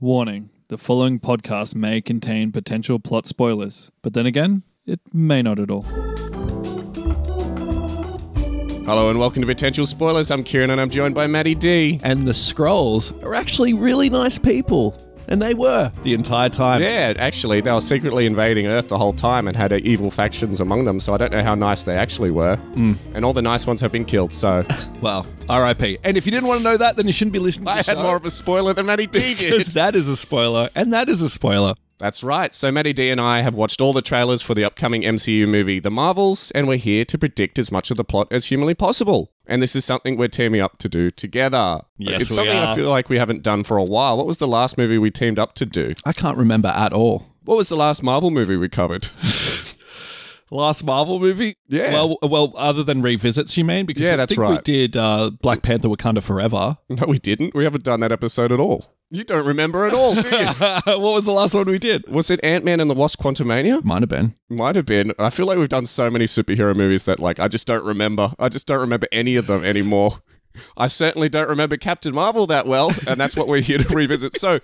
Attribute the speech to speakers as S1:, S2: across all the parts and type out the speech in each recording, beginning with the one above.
S1: Warning the following podcast may contain potential plot spoilers, but then again, it may not at all.
S2: Hello and welcome to Potential Spoilers. I'm Kieran and I'm joined by Maddie D.
S3: and the scrolls are actually really nice people. And they were the entire time.
S2: Yeah, actually, they were secretly invading Earth the whole time and had uh, evil factions among them, so I don't know how nice they actually were.
S3: Hmm.
S2: And all the nice ones have been killed, so
S3: Well, RIP. And if you didn't want to know that, then you shouldn't be listening to
S2: I
S3: the
S2: had
S3: show,
S2: more of a spoiler than Maddie D
S3: 'cause
S2: did.
S3: that is a spoiler. And that is a spoiler.
S2: That's right. So Maddie D and I have watched all the trailers for the upcoming MCU movie The Marvels, and we're here to predict as much of the plot as humanly possible. And this is something we're teaming up to do together.
S3: Yes,
S2: it's
S3: we
S2: something I
S3: are.
S2: feel like we haven't done for a while. What was the last movie we teamed up to do?
S3: I can't remember at all.
S2: What was the last Marvel movie we covered?
S3: Last Marvel movie?
S2: Yeah.
S3: Well, well, other than revisits, you mean? Because
S2: Yeah,
S3: I
S2: that's
S3: think we
S2: right.
S3: did uh, Black Panther Wakanda Forever.
S2: No, we didn't. We haven't done that episode at all. You don't remember at all, do you?
S3: what was the last one we did?
S2: Was it Ant Man and the Wasp Quantumania?
S3: Might have been.
S2: Might have been. I feel like we've done so many superhero movies that, like, I just don't remember. I just don't remember any of them anymore. I certainly don't remember Captain Marvel that well, and that's what we're here to revisit. So,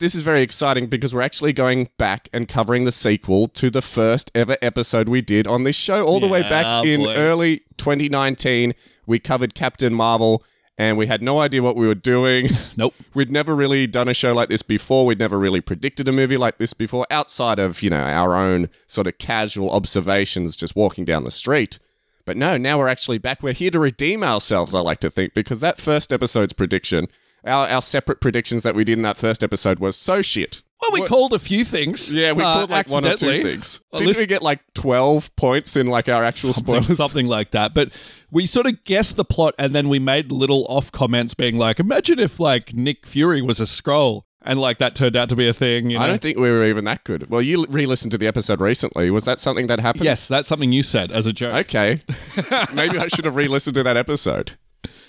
S2: this is very exciting because we're actually going back and covering the sequel to the first ever episode we did on this show, all the way back
S3: Yeah,
S2: in
S3: boy.
S2: early 2019. We covered Captain Marvel, and we had no idea what we were doing.
S3: Nope.
S2: We'd never really done a show like this before. We'd never really predicted a movie like this before, outside of, you know, our own sort of casual observations just walking down the street. But no, now we're actually back. We're here to redeem ourselves, I like to think, because that first episode's prediction, our, our separate predictions that we did in that first episode was so shit.
S3: Well, we called a few things.
S2: Yeah, we
S3: uh,
S2: called like one or two
S3: accidentally.
S2: things.
S3: Well,
S2: Didn't
S3: listen-
S2: we get like 12 points in like our actual
S3: something,
S2: spoilers?
S3: something like that. But we sort of guessed the plot, and then we made little off comments, being like, "Imagine if like Nick Fury was a scroll." And like that turned out to be a thing. You know?
S2: I don't think we were even that good. Well, you re listened to the episode recently. Was that something that happened?
S3: yes, that's something you said as a joke.
S2: Okay. Maybe I should have re listened to that episode.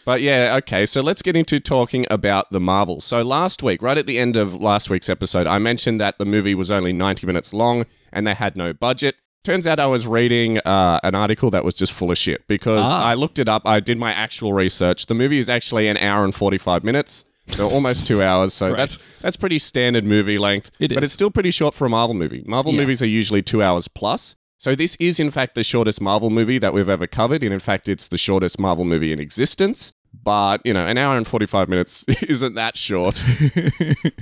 S2: But yeah, okay. So let's get into talking about the Marvels. So last week, right at the end of last week's episode, I mentioned that the movie was only 90 minutes long and they had no budget. Turns out I was reading uh, an article that was just full of shit because I looked it up. I did my actual research. The movie is actually an hour and 45 minutes. So almost two hours, so that's that's pretty standard movie length.
S3: It
S2: But
S3: is.
S2: it's still pretty short for a Marvel movie. Marvel movies are usually two hours plus. So this is, in fact, the shortest Marvel movie that we've ever covered, and in fact, it's the shortest Marvel movie in existence. But you know, an hour and forty-five minutes isn't that short.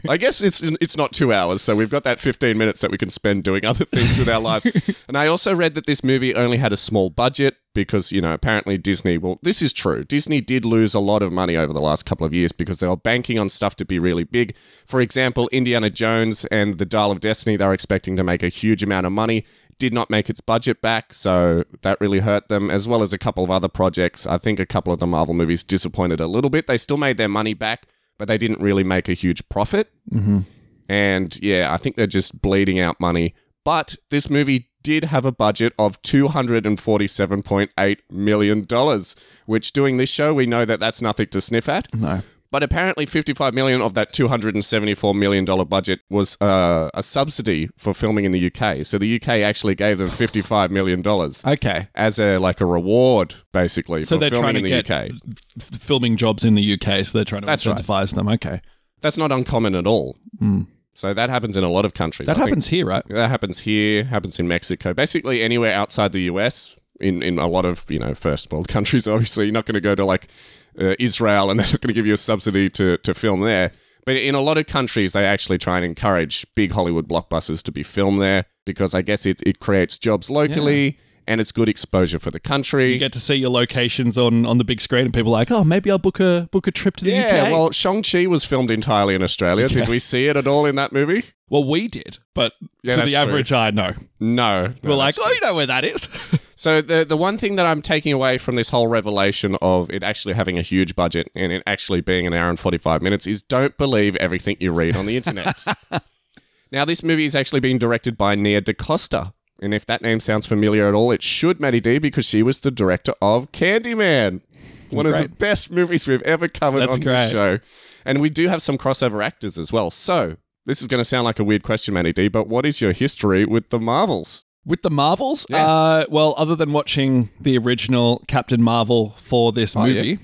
S2: I guess it's it's not two hours, so we've got that fifteen minutes that we can spend doing other things with our lives. and I also read that this movie only had a small budget because you know apparently Disney. Well, this is true. Disney did lose a lot of money over the last couple of years because they were banking on stuff to be really big. For example, Indiana Jones and the Dial of Destiny. They were expecting to make a huge amount of money. Did not make its budget back, so that really hurt them, as well as a couple of other projects. I think a couple of the Marvel movies disappointed a little bit. They still made their money back, but they didn't really make a huge profit.
S3: Mm-hmm.
S2: And yeah, I think they're just bleeding out money. But this movie did have a budget of $247.8 million, which doing this show, we know that that's nothing to sniff at. No. But apparently, 55 million of that 274 million dollar budget was uh, a subsidy for filming in the UK. So the UK actually gave them 55 million dollars
S3: Okay.
S2: as a like a reward, basically,
S3: Uh, So
S2: for
S3: they're
S2: filming
S3: trying to
S2: in the
S3: get
S2: UK.
S3: f- filming jobs in the UK, so they're trying to
S2: That's right.
S3: incentivize them. Okay,
S2: That's not uncommon at all. So that happens in a lot of countries.
S3: Hmm. that
S2: I think-
S3: happens here, right?
S2: That happens here, happens in Mexico, basically anywhere outside the US. In, in a lot of you know first world countries, obviously you're not going to go to like uh, Israel and they're not going to give you a subsidy to to film there. But in a lot of countries, they actually try and encourage big Hollywood blockbusters to be filmed there because I guess it, it creates jobs locally and it's good exposure for the country.
S3: You get to see your locations on on the big screen, and people are like, "Oh, maybe I'll book a book a trip to the UK."
S2: yeah, well, Shang Chi was filmed entirely in Australia. Did
S3: Yes.
S2: we see it at all in that movie?
S3: Well, we did, but
S2: Yeah,
S3: to
S2: that's
S3: the
S2: true.
S3: average eye, no.
S2: No, no
S3: We're like, "Oh, you know where that is."
S2: So the the one thing that I'm taking away from this whole revelation of it actually having a huge budget and it actually being an hour and 45 minutes is don't believe everything you read on the internet. now this movie is actually being directed by Nia DaCosta. And if that name sounds familiar at all, it should Maddie D because she was the director of Candyman. One of the
S3: Great.
S2: best movies we've ever covered
S3: That's
S2: on this
S3: great.
S2: show. And we do have some crossover actors as well. So this is going to sound like a weird question, Maddie D, but what is your history with the Marvels?
S3: With the Marvels,
S2: Yeah.
S3: uh, well, other than watching the original Captain Marvel for this
S2: yeah.
S3: movie,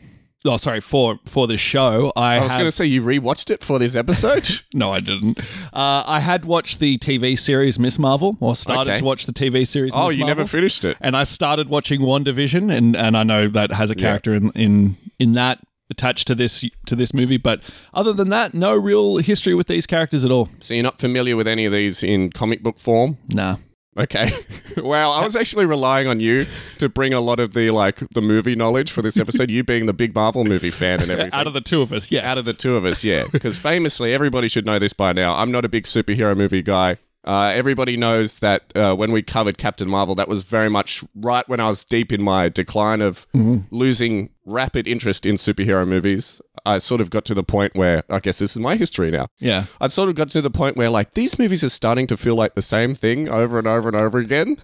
S3: oh sorry for for this show I,
S2: I was
S3: have-
S2: going to say you rewatched it for this episode.
S3: no I didn't uh, I had watched the TV series Miss Marvel or started
S2: Okay.
S3: to watch the TV series
S2: oh,
S3: Miss
S2: you
S3: Marvel.
S2: never finished it.
S3: and I started watching WandaVision and and I know that has a character in in in that attached to this to this movie but other than that no real history with these characters at all
S2: So you're not familiar with any of these in comic book form?
S3: nah
S2: Okay. wow, I was actually relying on you to bring a lot of the like the movie knowledge for this episode. you being the big Marvel movie fan and everything.
S3: out of the two of us yes
S2: Out of the two of us, yeah. Because famously, everybody should know this by now. I'm not a big superhero movie guy. Uh, everybody knows that uh, when we covered Captain Marvel, that was very much right when I was deep in my decline of losing rapid interest in superhero movies. I sort of got to the point where I guess this is my history now.
S3: yeah
S2: I'd sort of got to the point where like these movies are starting to feel like the same thing over and over and over again.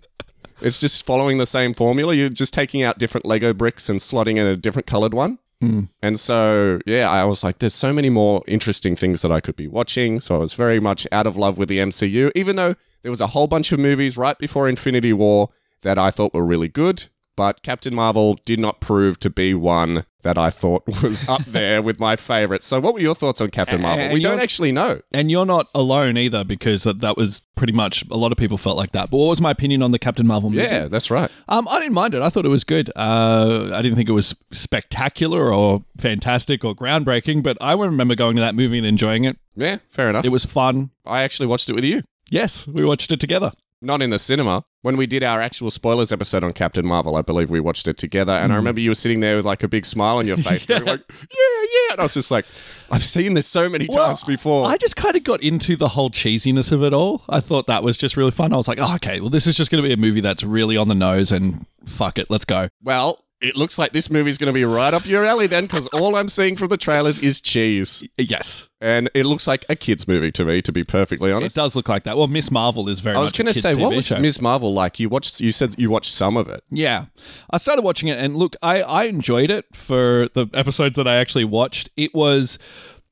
S2: It's just following the same formula. You're just taking out different Lego bricks and slotting in a different colored one.
S3: Hmm.
S2: And so, yeah, I was like, there's so many more interesting things that I could be watching. So I was very much out of love with the MCU, even though there was a whole bunch of movies right before Infinity War that I thought were really good. But Captain Marvel did not prove to be one that I thought was up there with my favorites. So, what were your thoughts on Captain Marvel?
S3: and
S2: We
S3: you're-
S2: don't actually know.
S3: And you're not alone either, because that, that was pretty much a lot of people felt like that. But what was my opinion on the Captain Marvel movie?
S2: Yeah, that's right.
S3: Um, I didn't mind it. I thought it was good. Uh, I didn't think it was spectacular or fantastic or groundbreaking, but I remember going to that movie and enjoying it.
S2: Yeah, fair enough.
S3: It was fun.
S2: I actually watched it with you.
S3: Yes, we watched it together.
S2: Not in the cinema. When we did our actual spoilers episode on Captain Marvel, I believe we watched it together. And I
S3: Hmm.
S2: remember you were sitting there with like a big smile on your face. You were like, yeah, yeah. And I was just like, I've seen this so many times before.
S3: I just kind of got into the whole cheesiness of it all. I thought that was just really fun. I was like, oh, okay, well, this is just going to be a movie that's really on the nose and fuck it, let's go.
S2: well, it looks like this movie's going to be right up your alley then, because all I'm seeing from the trailers is cheese.
S3: Yes,
S2: And it looks like a kid's movie to me, to be perfectly honest.
S3: it does look like that. Well, Miss Marvel is very
S2: I was
S3: much a
S2: going to
S3: kids'
S2: say, what
S3: TV
S2: was
S3: show.
S2: Ms. Marvel like? You watched, you said you watched some of it.
S3: Yeah. I started watching it and look, I, I enjoyed it for the episodes that I actually watched. It was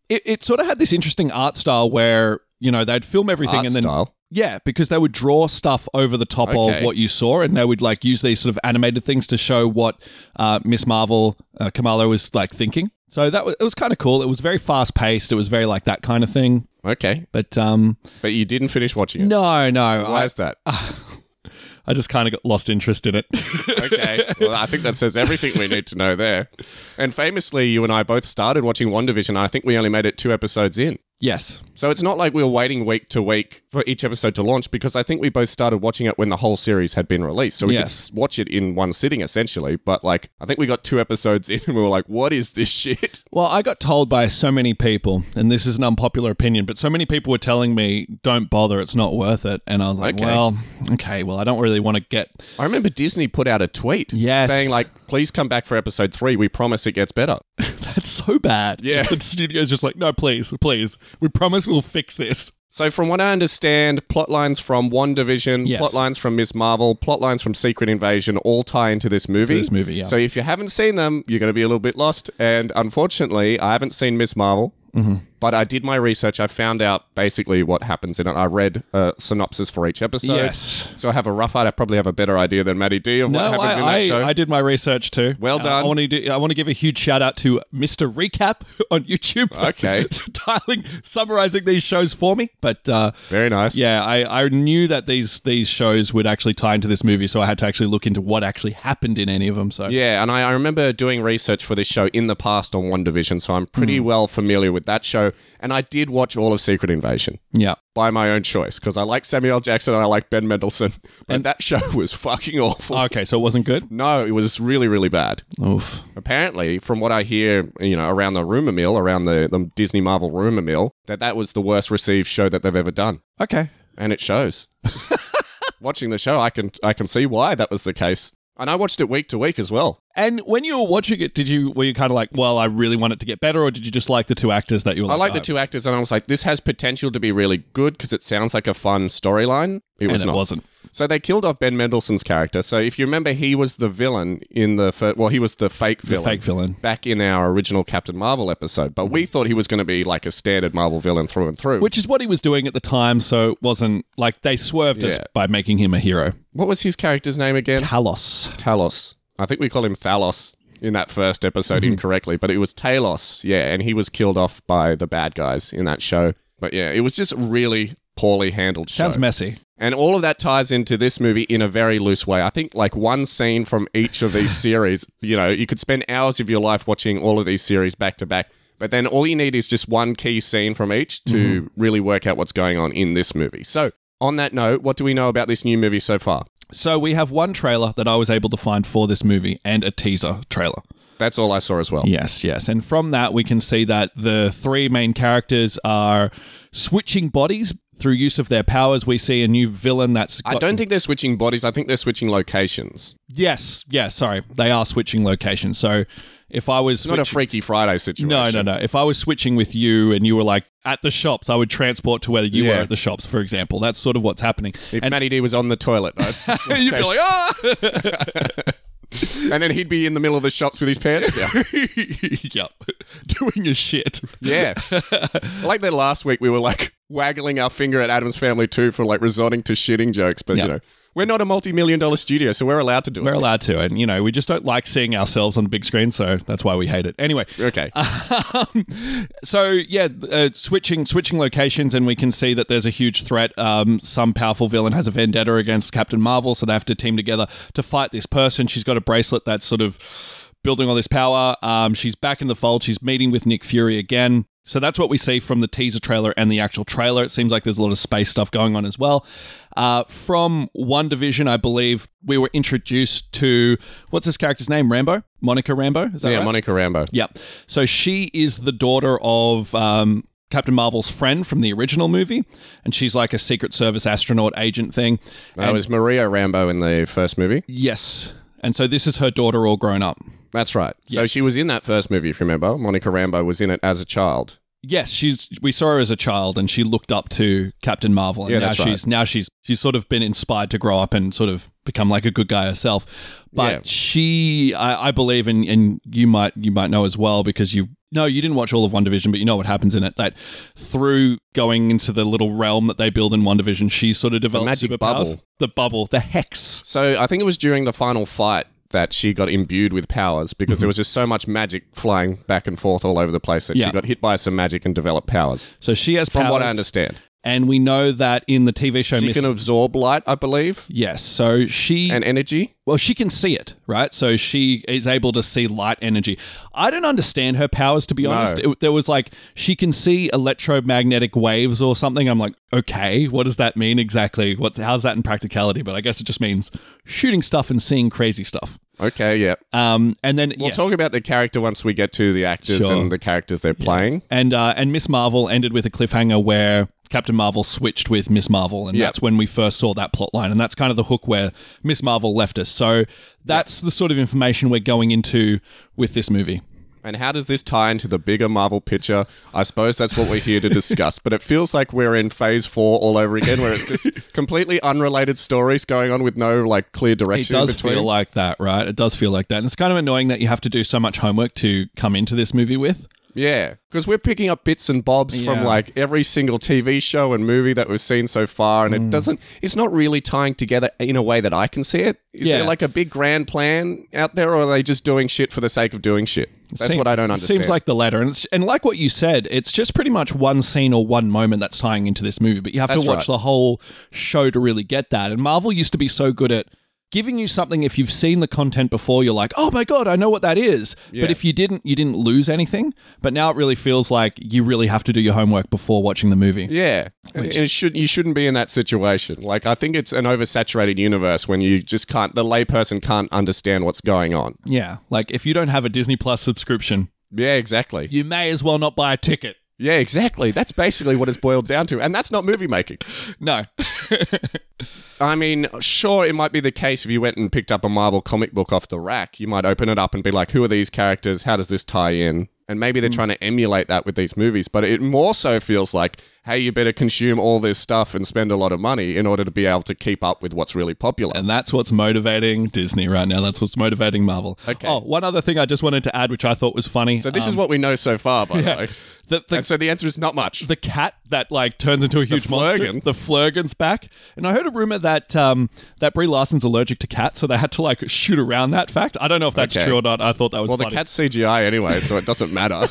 S3: it, it sort of had this interesting art style where, you know, they'd film everything
S2: Art
S3: and then
S2: style.
S3: Yeah, because they would draw stuff over the top
S2: Okay.
S3: of what you saw and they would like use these sort of animated things to show what uh, Miss Marvel uh, Kamala was like thinking. So that was it was kind of cool. It was very fast paced. It was very like that kind of thing.
S2: Okay.
S3: But um
S2: But you didn't finish watching it.
S3: no, no.
S2: Why
S3: I,
S2: is that?
S3: I just kind of got lost interest in it.
S2: okay. Well, I think that says everything we need to know there. And famously, you and I both started watching WandaVision. and I think we only made it two episodes in.
S3: yes.
S2: So it's not like we were waiting week to week for each episode to launch because I think we both started watching it when the whole series had been released. So we could
S3: Yes.
S2: s- watch it in one sitting essentially. But like, I think we got two episodes in and we were like, what is this shit?
S3: Well, I got told by so many people, and this is an unpopular opinion, but so many people were telling me, don't bother, it's not worth it. And I was like,
S2: Okay.
S3: well, okay, well, I don't really want to get.
S2: I remember Disney put out a tweet
S3: Yes.
S2: saying like, please come back for episode three. We promise it gets better.
S3: That's so bad.
S2: Yeah.
S3: The studio's just like, no, please, please. We promise we'll fix this.
S2: So, from what I understand, plot lines from One Division,
S3: Yes.
S2: plot lines from Miss Marvel, plot lines from Secret Invasion all tie into this movie.
S3: this movie, yeah.
S2: So, if you haven't seen them, you're going to be a little bit lost. And unfortunately, I haven't seen Miss Marvel,
S3: Mm-hmm.
S2: but I did my research. I found out basically what happens in it. I read a synopsis for each episode.
S3: yes.
S2: So, I have a rough idea. I probably have a better idea than Maddie D of
S3: No,
S2: what happens
S3: I,
S2: in that show.
S3: I, I did my research too.
S2: Well
S3: Uh,
S2: done.
S3: I want to do, I want to give a huge shout out to Mr. Recap on YouTube. For
S2: Okay.
S3: Tiling, summarizing these shows for me, but uh,
S2: Very nice.
S3: Yeah, I, I knew that these these shows would actually tie into this movie, so I had to actually look into what actually happened in any of them. So
S2: Yeah, and I, I remember doing research for this show in the past on One Division, so I'm pretty well familiar with that show. And I did watch all of Secret Invasion.
S3: yeah,
S2: by my own choice because I like Samuel L. Jackson and I like Ben Mendelsohn. And that show was fucking awful.
S3: okay, so it wasn't good.
S2: no, it was really, really bad.
S3: Oof.
S2: Apparently, from what I hear, you know, around the rumor mill, around the, the Disney Marvel rumor mill, that that was the worst received show that they've ever done,
S3: Okay.
S2: and it shows. Watching the show, I can I can see why that was the case, and I watched it week to week as well.
S3: And when you were watching it, did you were you kind of like, well, I really want it to get better, or did you just like the two actors that you were?
S2: I like
S3: "Oh,
S2: the two actors, and I was like, this has potential to be really good because it sounds like a fun storyline. It
S3: and
S2: was
S3: it
S2: not.
S3: wasn't.
S2: So they killed off Ben Mendelsohn's character. So if you remember, he was the villain in the fir- well, he was the fake villain.
S3: Fake villain.
S2: Back in our original Captain Marvel episode, but we thought he was going to be like a standard Marvel villain through and through.
S3: Which is what he was doing at the time, so it wasn't like they swerved us
S2: Yeah.
S3: by making him a hero.
S2: what was his character's name again?
S3: Talos.
S2: Talos. I think we call him Thalos. in that first episode
S3: Mm-hmm.
S2: incorrectly, but it was Talos, yeah, and he was killed off by the bad guys in that show. But yeah, it was just really poorly handled show.
S3: Sounds messy.
S2: And all of that ties into this movie in a very loose way. I think like one scene from each of these series, you know, you could spend hours of your life watching all of these series back to back, but then all you need is just one key scene from each to
S3: Mm-hmm.
S2: really work out what's going on in this movie. So, on that note, what do we know about this new movie so far?
S3: So we have one trailer that I was able to find for this movie and a teaser trailer.
S2: That's all I saw as well.
S3: Yes, yes. And from that, we can see that the three main characters are switching bodies through use of their powers. We see a new villain that's.
S2: I don't think they're switching bodies, I think they're switching locations.
S3: Yes, yes. Sorry. They are switching locations. So if I was.
S2: Not a
S3: switch-
S2: Freaky Friday situation.
S3: no, no, no. If I was switching with you and you were like at the shops, I would transport to where you
S2: Yeah.
S3: were at the shops, for example. That's sort of what's happening.
S2: If Matty D was on the toilet, that's
S3: You'd be like, ah!
S2: and then he'd be in the middle of the shops with his pants down.
S3: yep. Doing your shit.
S2: Yeah. I like that last week we were like waggling our finger at Adam's Family too for like resorting to shitting jokes, but
S3: Yeah.
S2: you know, we're not a multi million dollar studio, so we're allowed to do
S3: We're
S2: it.
S3: allowed to. And, you know, we just don't like seeing ourselves on the big screen. So that's why we hate it. Anyway.
S2: Okay.
S3: Um, so yeah, uh, switching switching locations, and we can see that there's a huge threat. Um, some powerful villain has a vendetta against Captain Marvel, so they have to team together to fight this person. She's got a bracelet that's sort of building all this power. Um, she's back in the fold. She's meeting with Nick Fury again. So that's what we see from the teaser trailer and the actual trailer. It seems like there's a lot of space stuff going on as well. Uh, from One Division, I believe we were introduced to what's this character's name? Rambo, Monica Rambo. Is that
S2: yeah,
S3: right?
S2: Monica Rambo.
S3: Yeah. So she is the daughter of um, Captain Marvel's friend from the original movie, and she's like a Secret Service astronaut agent thing.
S2: That was Maria Rambo in the first movie.
S3: Yes. And so this is her daughter all grown up.
S2: That's right. So
S3: Yes.
S2: she was in that first movie, if you remember. Monica Rambo was in it as a child.
S3: Yes, she's. We saw her as a child, and she looked up to Captain Marvel. And
S2: Yeah,
S3: now
S2: that's right.
S3: she's now she's she's sort of been inspired to grow up and sort of become like a good guy herself. But
S2: Yeah.
S3: she, I, I believe, and and you might you might know as well because you no you didn't watch all of One Division, but you know what happens in it. That through going into the little realm that they build in One Division, she sort of develops
S2: magic
S3: superpowers.
S2: bubble.
S3: The bubble, the hex.
S2: So I think it was during the final fight that she got imbued with powers because
S3: Mm-hmm.
S2: there was just so much magic flying back and forth all over the place that
S3: Yeah.
S2: she got hit by some magic and developed powers.
S3: So she has
S2: From
S3: powers,
S2: what I understand,
S3: and we know that in the TV show
S2: she
S3: Miss.
S2: can absorb light, I believe,
S3: Yes, so she
S2: and energy.
S3: Well, she can see it, right? So she is able to see light energy. I don't understand her powers, to be honest. It- there was like, she can see electromagnetic waves or something. I'm like, okay, what does that mean exactly? What's, how's that in practicality? But I guess it just means shooting stuff and seeing crazy stuff.
S2: Okay, yeah.
S3: Um, and then,
S2: We'll
S3: yes.
S2: talk about the character once we get to the actors
S3: Sure.
S2: and the characters they're playing.
S3: and, uh, and Miss Marvel ended with a cliffhanger where Captain Marvel switched with Miss Marvel. And
S2: Yep.
S3: that's when we first saw that plot line. And that's kind of the hook where Miss Marvel left us. So that's the sort of information we're going into with this movie.
S2: And how does this tie into the bigger Marvel picture? I suppose that's what we're here to discuss. but it feels like we're in phase four all over again, where it's just completely unrelated stories going on with no like clear
S3: It
S2: direction. in
S3: does
S2: between.
S3: feel like that, right? It does feel like that. And it's kind of annoying that you have to do so much homework to come into this movie with.
S2: Yeah, because we're picking up bits and bobs
S3: Yeah.
S2: from like every single TV show and movie that we've seen so far, and
S3: Mm.
S2: it doesn't. It's not really tying together in a way that I can see it. Is
S3: Yeah.
S2: there like a big grand plan out there, or are they just doing shit for the sake of doing shit? That's
S3: Seem-
S2: what I don't
S3: it
S2: understand.
S3: Seems like the latter. And, it's, and like what you said, it's just pretty much one scene or one moment that's tying into this movie, but you have
S2: That's
S3: to watch
S2: right.
S3: the whole show to really get that. And Marvel used to be so good at giving you something if you've seen the content before you're like oh my god i know what that is but if you didn't you didn't lose anything but now it really feels like you really have to do your homework before watching the movie
S2: yeah, And- and it should you shouldn't be in that situation. Like I think it's an oversaturated universe when you just can't. The layperson can't understand what's going on.
S3: yeah like if you don't have a disney plus subscription
S2: Yeah, exactly.
S3: you may as well not buy a ticket
S2: Yeah, exactly. That's basically what it's boiled down to, and that's not movie making.
S3: No.
S2: I mean, sure, it might be the case if you went and picked up a Marvel comic book off the rack. You might open it up and be like, who are these
S3: Mm.
S2: characters? How does this tie in? And maybe they're trying to emulate that with these movies, but it more so feels like, hey, you better consume all this stuff and spend a lot of money in order to be able to keep up with what's really popular.
S3: And that's what's motivating Disney right now. That's what's motivating Marvel.
S2: Okay.
S3: Oh, one other thing I just wanted to add, which I thought was funny. uh,
S2: so this is what we know so far, by the way.
S3: the, um, the,
S2: and so the answer is not much.
S3: the cat that like turns into a huge monster.
S2: Flurgan.
S3: The Flurgan's back. And I heard a rumor that um, that Brie Larson's allergic to cats, so they had to like shoot around that fact. I don't know if that's
S2: Okay.
S3: true or not. I thought that was
S2: well, the
S3: funny.
S2: cat's CGI anyway, so it doesn't matter.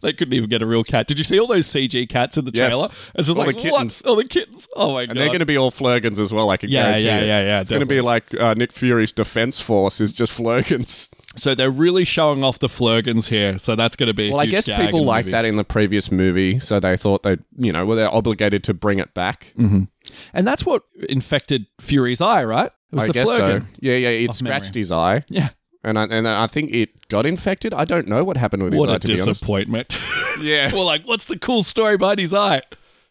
S3: they couldn't even get a real cat. Did you see all those CG cats in the
S2: Yes.
S3: trailer? It's just
S2: All
S3: like
S2: the
S3: what?
S2: kittens.
S3: All the kittens. Oh my god.
S2: And they're going to be all Flurgans as well, I can
S3: Yeah,
S2: guarantee
S3: yeah,
S2: you.
S3: yeah, yeah,
S2: It's going to be like uh, Nick Fury's defense force is just Flurgans.
S3: so they're really showing off the Flurgans here. So that's going to be. a
S2: Well, I
S3: huge
S2: guess
S3: gag in
S2: people
S3: the
S2: like
S3: movie.
S2: that in the previous movie, so they thought they, you know, well, they're obligated to bring it back.
S3: Mm-hmm. and that's what infected Fury's eye, right? It was
S2: I
S3: the
S2: guess
S3: Flurgan.
S2: so. Yeah, yeah, it scratched his eye,
S3: Yeah.
S2: and I, and I think it got infected. I don't know what happened with
S3: What
S2: his
S3: a
S2: eye. To be honest,
S3: disappointment.
S2: Yeah.
S3: We're like, what's the cool story behind his eye?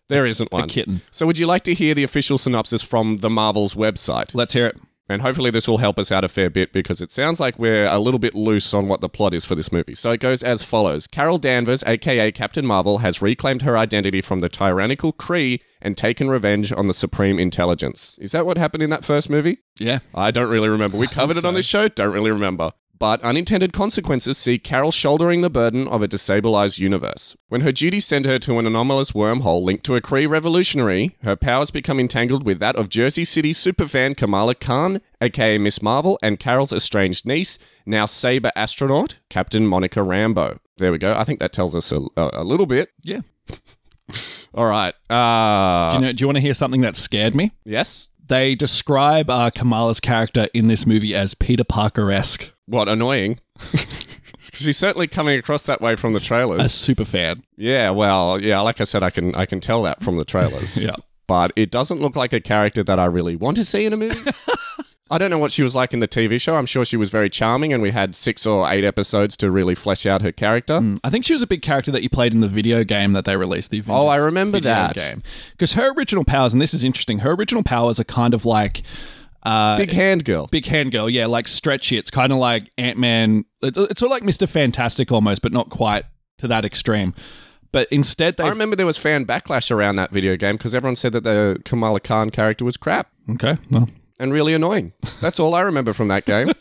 S2: there isn't one.
S3: kitten.
S2: So, would you like to hear the official synopsis from the Marvel's website?
S3: Let's hear it.
S2: And hopefully, this will help us out a fair bit because it sounds like we're a little bit loose on what the plot is for this movie. So it goes as follows Carol Danvers, aka Captain Marvel, has reclaimed her identity from the tyrannical Kree and taken revenge on the Supreme Intelligence. Is that what happened in that first movie?
S3: Yeah.
S2: I don't really remember. We covered it on this show. Don't really remember. But unintended consequences see Carol shouldering the burden of a destabilized universe. When her duties send her to an anomalous wormhole linked to a Kree revolutionary, her powers become entangled with that of Jersey City superfan Kamala Khan, aka Miss Marvel, and Carol's estranged niece, now Saber astronaut, Captain Monica Rambo. There we go. I think that tells us a, a, a little bit.
S3: Yeah.
S2: All right. Uh,
S3: Do you, know, do you want to hear something that scared me?
S2: yes.
S3: They describe uh, Kamala's character in this movie as Peter Parker esque,
S2: What annoying. 'Cause She's certainly coming across that way from the
S3: a
S2: trailers.
S3: super fan.
S2: Yeah, well, yeah, like I said, I can I can tell that from the trailers.
S3: Yeah.
S2: But it doesn't look like a character that I really want to see in a movie. I don't know what she was like in the TV show. I'm sure she was very charming and we had 6 or 8 episodes to really flesh out her character.
S3: I think she was a big character that you played in the video game that they released. The Avengers
S2: Oh, I remember
S3: video
S2: that.
S3: game because her original powers, and this is interesting. Her original powers are kind of like uh,
S2: Big hand girl.
S3: Big hand girl, yeah, like stretchy. It's kind of like Ant Man. It's, it's sort of like Mister Fantastic almost, but not quite to that extreme. But instead, they
S2: I remember there was fan backlash around that video game because everyone said that the Kamala Khan character was crap
S3: okay, well,
S2: and really annoying. That's all I remember from that game.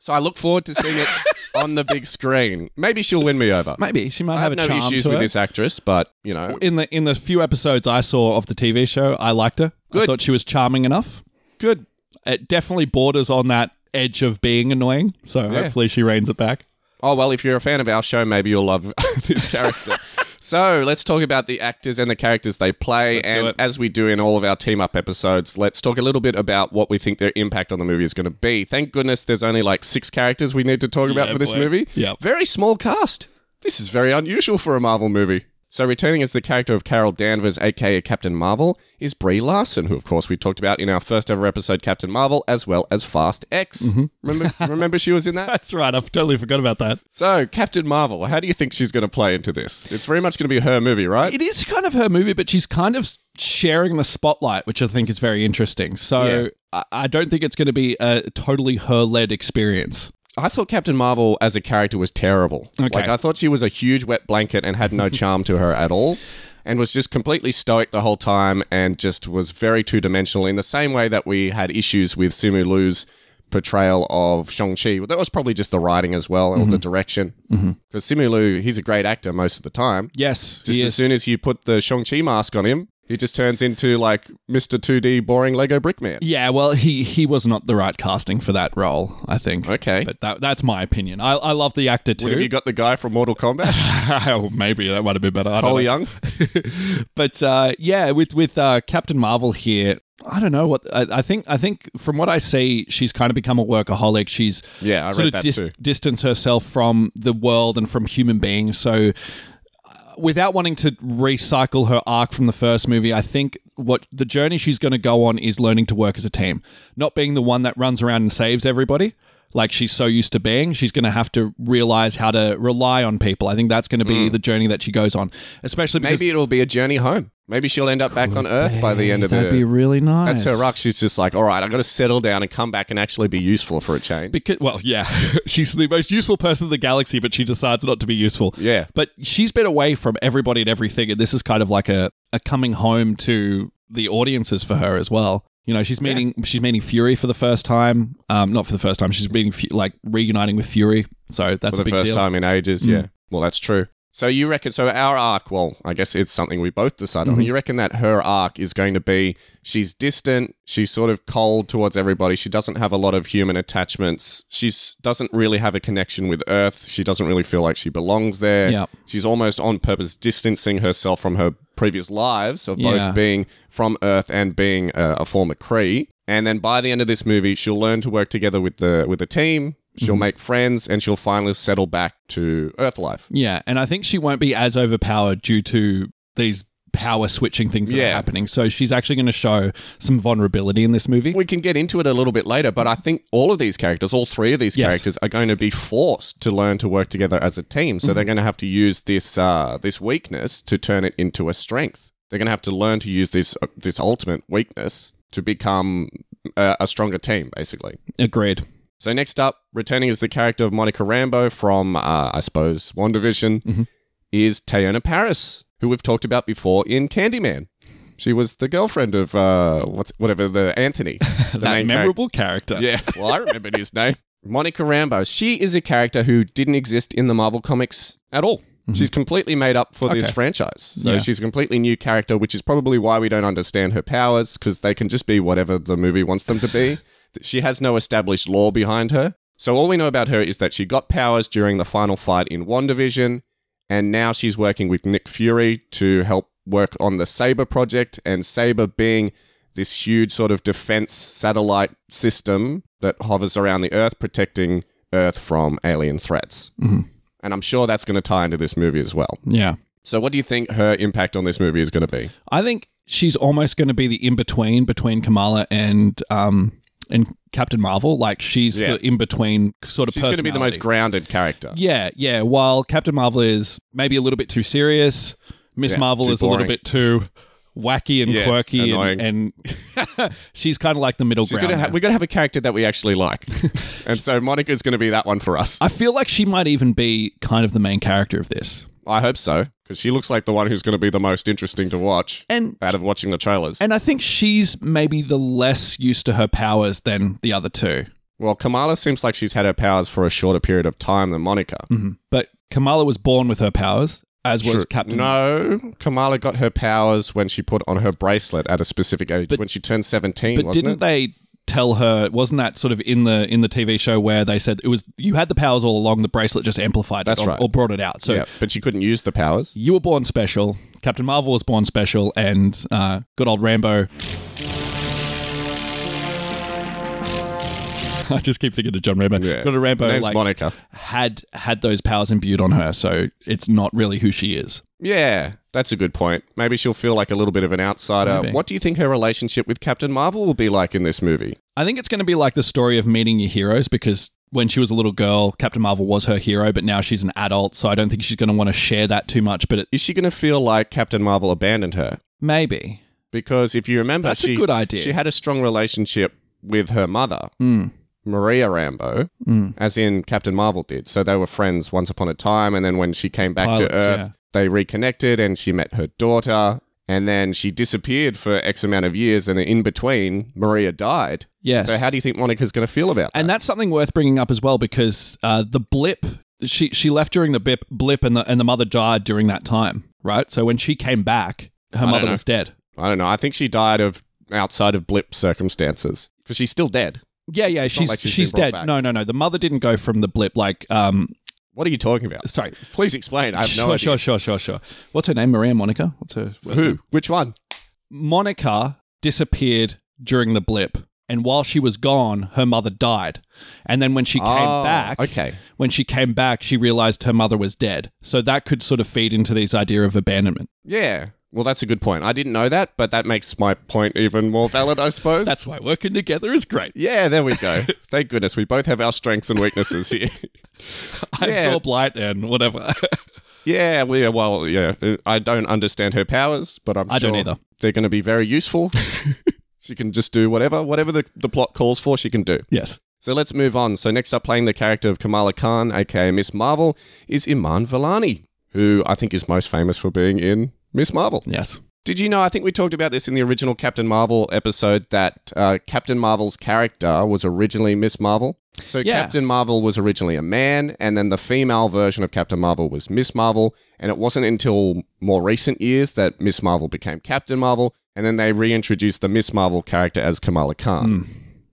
S2: so I look forward to seeing it on the big screen. Maybe she'll win me over.
S3: maybe she might
S2: I
S3: have,
S2: have
S3: a
S2: no
S3: charm
S2: issues
S3: to
S2: with
S3: her.
S2: this actress, but, you know,
S3: in the in the few episodes I saw of the TV show, I liked her. I
S2: Good.
S3: thought she was charming enough.
S2: good.
S3: It definitely borders on that edge of being annoying. So hopefully she reins it back.
S2: Oh, well, if you're a fan of our show, maybe you'll love this character. so let's talk about the actors and the characters they play.
S3: do
S2: and
S3: it.
S2: as we do in all of our team up episodes, let's talk a little bit about what we think their impact on the movie is going to be. Thank goodness there's only like six characters we need to talk about
S3: Yeah,
S2: for this
S3: boy.
S2: movie.
S3: Yep.
S2: Very small cast. This is very unusual for a Marvel movie. So, returning as the character of Carol Danvers, aka Captain Marvel, is Brie Larson, who, of course, we talked about in our first ever episode, Captain Marvel, as well as Fast X.
S3: Mm-hmm.
S2: Remember, remember she was in that?
S3: That's right. I've totally forgot about that.
S2: So, Captain Marvel, how do you think she's going to play into this? It's very much going to be her movie, right?
S3: It is kind of her movie, but she's kind of sharing the spotlight, which I think is very interesting. So
S2: Yeah.
S3: I, I don't think it's going to be a totally her led experience.
S2: I thought Captain Marvel as a character was terrible.
S3: Okay.
S2: Like, I thought she was a huge wet blanket and had no charm to her at all, and was just completely stoic the whole time and just was very two dimensional in the same way that we had issues with Simu Lu's portrayal of Shang-Chi. Well, that was probably just the writing as well, or the
S3: Mm-hmm.
S2: direction. Because Simu Lu, he's a great actor most of the time.
S3: Yes,
S2: Just
S3: he
S2: as
S3: is.
S2: soon as you put the Shang-Chi mask on him, he just turns into like Mr. 2D boring Lego brick man.
S3: Yeah, well, he he was not the right casting for that role, I think.
S2: Okay.
S3: but that, that's my opinion. I, I love the actor
S2: Have
S3: too.
S2: you got the guy from Mortal Kombat?
S3: Oh, maybe that might have been better. I don't
S2: Cole
S3: know.
S2: Young?
S3: But uh, yeah, with with uh, Captain Marvel here, I don't know what I, I think. I think from what I see, she's kind of become a workaholic. She's
S2: Yeah, I
S3: sort
S2: read
S3: of
S2: that
S3: dis-
S2: too.
S3: distance herself from the world and from human beings. So. uh, Without wanting to recycle her arc from the first movie, I think what the journey she's going to go on is learning to work as a team, not being the one that runs around and saves everybody like she's so used to being. She's going to have to realize how to rely on people. I think that's going to be the journey that she goes on, especially because
S2: Mm. Maybe it'll be a journey home. Maybe she'll end up back on Earth by the end of
S3: That'd be
S2: the.
S3: really nice.
S2: That's her rock. She's just like, all right, I've got to settle down and come back and actually be useful for a change.
S3: Because, well, yeah, she's the most useful person in the galaxy, but she decides not to be useful.
S2: Yeah.
S3: But she's been away from everybody and everything, and this is kind of like a are coming home to the audiences for her as well. You know, she's meeting she's meeting Fury for the first time. Um, not for the first time. She's meeting Fu- like reuniting with Fury. So that's
S2: for the
S3: a big
S2: first
S3: deal. Mm.
S2: time in ages. Yeah. Well, that's true. So you reckon? So our arc. Well, I guess it's something we both decide
S3: Mm-hmm.
S2: on. You reckon that her arc is going to be she's distant, she's sort of cold towards everybody. She doesn't have a lot of human attachments. She doesn't really have a connection with Earth. She doesn't really feel like she belongs there.
S3: Yeah.
S2: She's almost on purpose distancing herself from her previous lives of
S3: Yeah.
S2: both being from Earth and being uh, a former Cree. And then by the end of this movie, she'll learn to work together with the with the team. She'll
S3: Mm-hmm.
S2: make friends, and she'll finally settle back to Earth life.
S3: Yeah, and I think she won't be as overpowered due to these power switching things that are
S2: Yeah.
S3: happening. So she's actually going to show some vulnerability in this movie.
S2: We can get into it a little bit later, but I think all of these characters, all three of these
S3: Yes.
S2: characters, are going to be forced to learn to work together as a team.
S3: Mm-hmm.
S2: So they're going to have to use this uh, this weakness to turn it into a strength. They're going to have to learn to use this uh, this ultimate weakness to become uh, a stronger team, basically.
S3: Agreed.
S2: So next up, returning as the character of Monica Rambo from, uh, I suppose, WandaVision,
S3: Mm-hmm.
S2: is Tayona Paris, who we've talked about before in Candyman. She was the girlfriend of uh, what's whatever the Anthony, the
S3: that
S2: main
S3: memorable character.
S2: Character. Yeah, well, I remembered his name. Monica Rambo. She is a character who didn't exist in the Marvel comics at all. She's completely made up for this
S3: Mm-hmm. Okay.
S2: franchise. So
S3: Yeah.
S2: she's a completely new character, which is probably why we don't understand her powers because they can just be whatever the movie wants them to be. she has no established law behind her. So all we know about her is that she got powers during the final fight in WandaVision, and now she's working with Nick Fury to help work on the Saber project, and Saber being this huge sort of defense satellite system that hovers around the Earth, protecting Earth from alien threats.
S3: Mm-hmm.
S2: And I'm sure that's going to tie into this movie as well.
S3: Yeah.
S2: So, what do you think her impact on this movie is going to be?
S3: I think she's almost going to be the in between between Kamala and um and Captain Marvel. Like she's
S2: Yeah.
S3: the in between sort of.
S2: She's going to be the most
S3: personality.
S2: grounded character.
S3: Yeah, yeah. While Captain Marvel is maybe a little bit too serious, Miss
S2: Yeah,
S3: Marvel
S2: too
S3: is a little
S2: boring.
S3: bit too wacky and
S2: Yeah,
S3: quirky, and,
S2: annoying.
S3: and she's kind of like the middle
S2: She's
S3: ground.
S2: gonna ha-
S3: there.
S2: we're going to have a character that we actually like. and so, Monica's going to be that one for us.
S3: I feel like she might even be kind of the main character of this,
S2: I hope so, because she looks like the one who's going to be the most interesting to watch
S3: and
S2: out of watching the trailers.
S3: and I think she's maybe the less used to her powers than the other two.
S2: well, Kamala seems like she's had her powers for a shorter period of time than Monica.
S3: Mm-hmm. But Kamala was born with her powers, as was
S2: Sure.
S3: Captain.
S2: No, Kamala got her powers when she put on her bracelet at a specific age when she turned seventeen,
S3: but
S2: wasn't
S3: didn't
S2: it?
S3: they? Tell her, wasn't that sort of in the in the TV show where they said it was you had the powers all along, the bracelet just amplified
S2: That's
S3: it or,
S2: right.
S3: or brought it out. So
S2: yeah, but she couldn't use the powers.
S3: You were born special. Captain Marvel was born special, and uh, good old Rambo. I just keep thinking of John Rambo.
S2: Yeah.
S3: Good old Rambo
S2: Her name's
S3: like,
S2: Monica.
S3: had had those powers imbued on her, so it's not really who she is.
S2: Yeah, that's a good point. Maybe she'll feel like a little bit of an outsider.
S3: Maybe.
S2: What do you think her relationship with Captain Marvel will be like in this movie?
S3: I think it's going to be like the story of meeting your heroes because when she was a little girl, Captain Marvel was her hero, but now she's an adult, so I don't think she's going to want to share that too much. But it,
S2: Is she going to feel like Captain Marvel abandoned her?
S3: maybe,
S2: Because if you remember,
S3: That's a
S2: she,
S3: good idea. Hmm.
S2: She had a strong relationship with her mother, Maria Rambo, as in Captain Marvel did. So they were friends once upon a time, and then when she came back
S3: Pilots,
S2: to Earth,
S3: yeah.
S2: they reconnected, and she met her daughter. And then she disappeared for X amount of years, and in between, Maria died.
S3: yes.
S2: So how do you think Monica's going to feel about that?
S3: And that's something worth bringing up as well because uh, the blip she she left during the blip blip and the and the mother died during that time, right? So when she came back, her
S2: don't
S3: mother
S2: know.
S3: was dead.
S2: I don't know. I think she died of outside of blip circumstances because she's still dead.
S3: Yeah, yeah, she's
S2: like
S3: she's,
S2: she's been
S3: dead.
S2: brought back.
S3: No, no, no. The mother didn't go from the blip like um
S2: What are you talking about?
S3: sorry.
S2: Please explain. I have no
S3: sure,
S2: idea.
S3: sure, sure, sure, sure. What's her name? Maria Monica? What's her what's her-
S2: Who? Which one?
S3: Monica disappeared during the blip. And while she was gone, her mother died. And then when she came
S2: Oh,
S3: back,
S2: okay.
S3: when she came back, she realized her mother was dead. So that could sort of feed into this idea of abandonment.
S2: Yeah. Well, that's a good point. I didn't know that, but that makes my point even more valid, I suppose.
S3: That's why working together is great.
S2: Yeah, there we go. Thank goodness we both have our strengths and weaknesses here.
S3: I
S2: Yeah.
S3: absorb light and whatever.
S2: yeah, well, yeah, well, yeah. uh, I don't understand her powers, but I'm
S3: I
S2: sure
S3: don't either.
S2: they're going to be very useful. she can just do whatever, whatever the, the plot calls for, she can do.
S3: yes.
S2: So let's move on. So next up, playing the character of Kamala Khan, aka Miss Marvel, is Iman Vellani, who I think is most famous for being in Miss Marvel.
S3: Yes.
S2: Did you know? I think we talked about this in the original Captain Marvel episode that uh, Captain Marvel's character was originally Miss Marvel. So
S3: Yeah.
S2: Captain Marvel was originally a man, and then the female version of Captain Marvel was Miss Marvel. And it wasn't until more recent years that Miss Marvel became Captain Marvel, and then they reintroduced the Miss Marvel character as Kamala
S3: Hmm.
S2: Khan.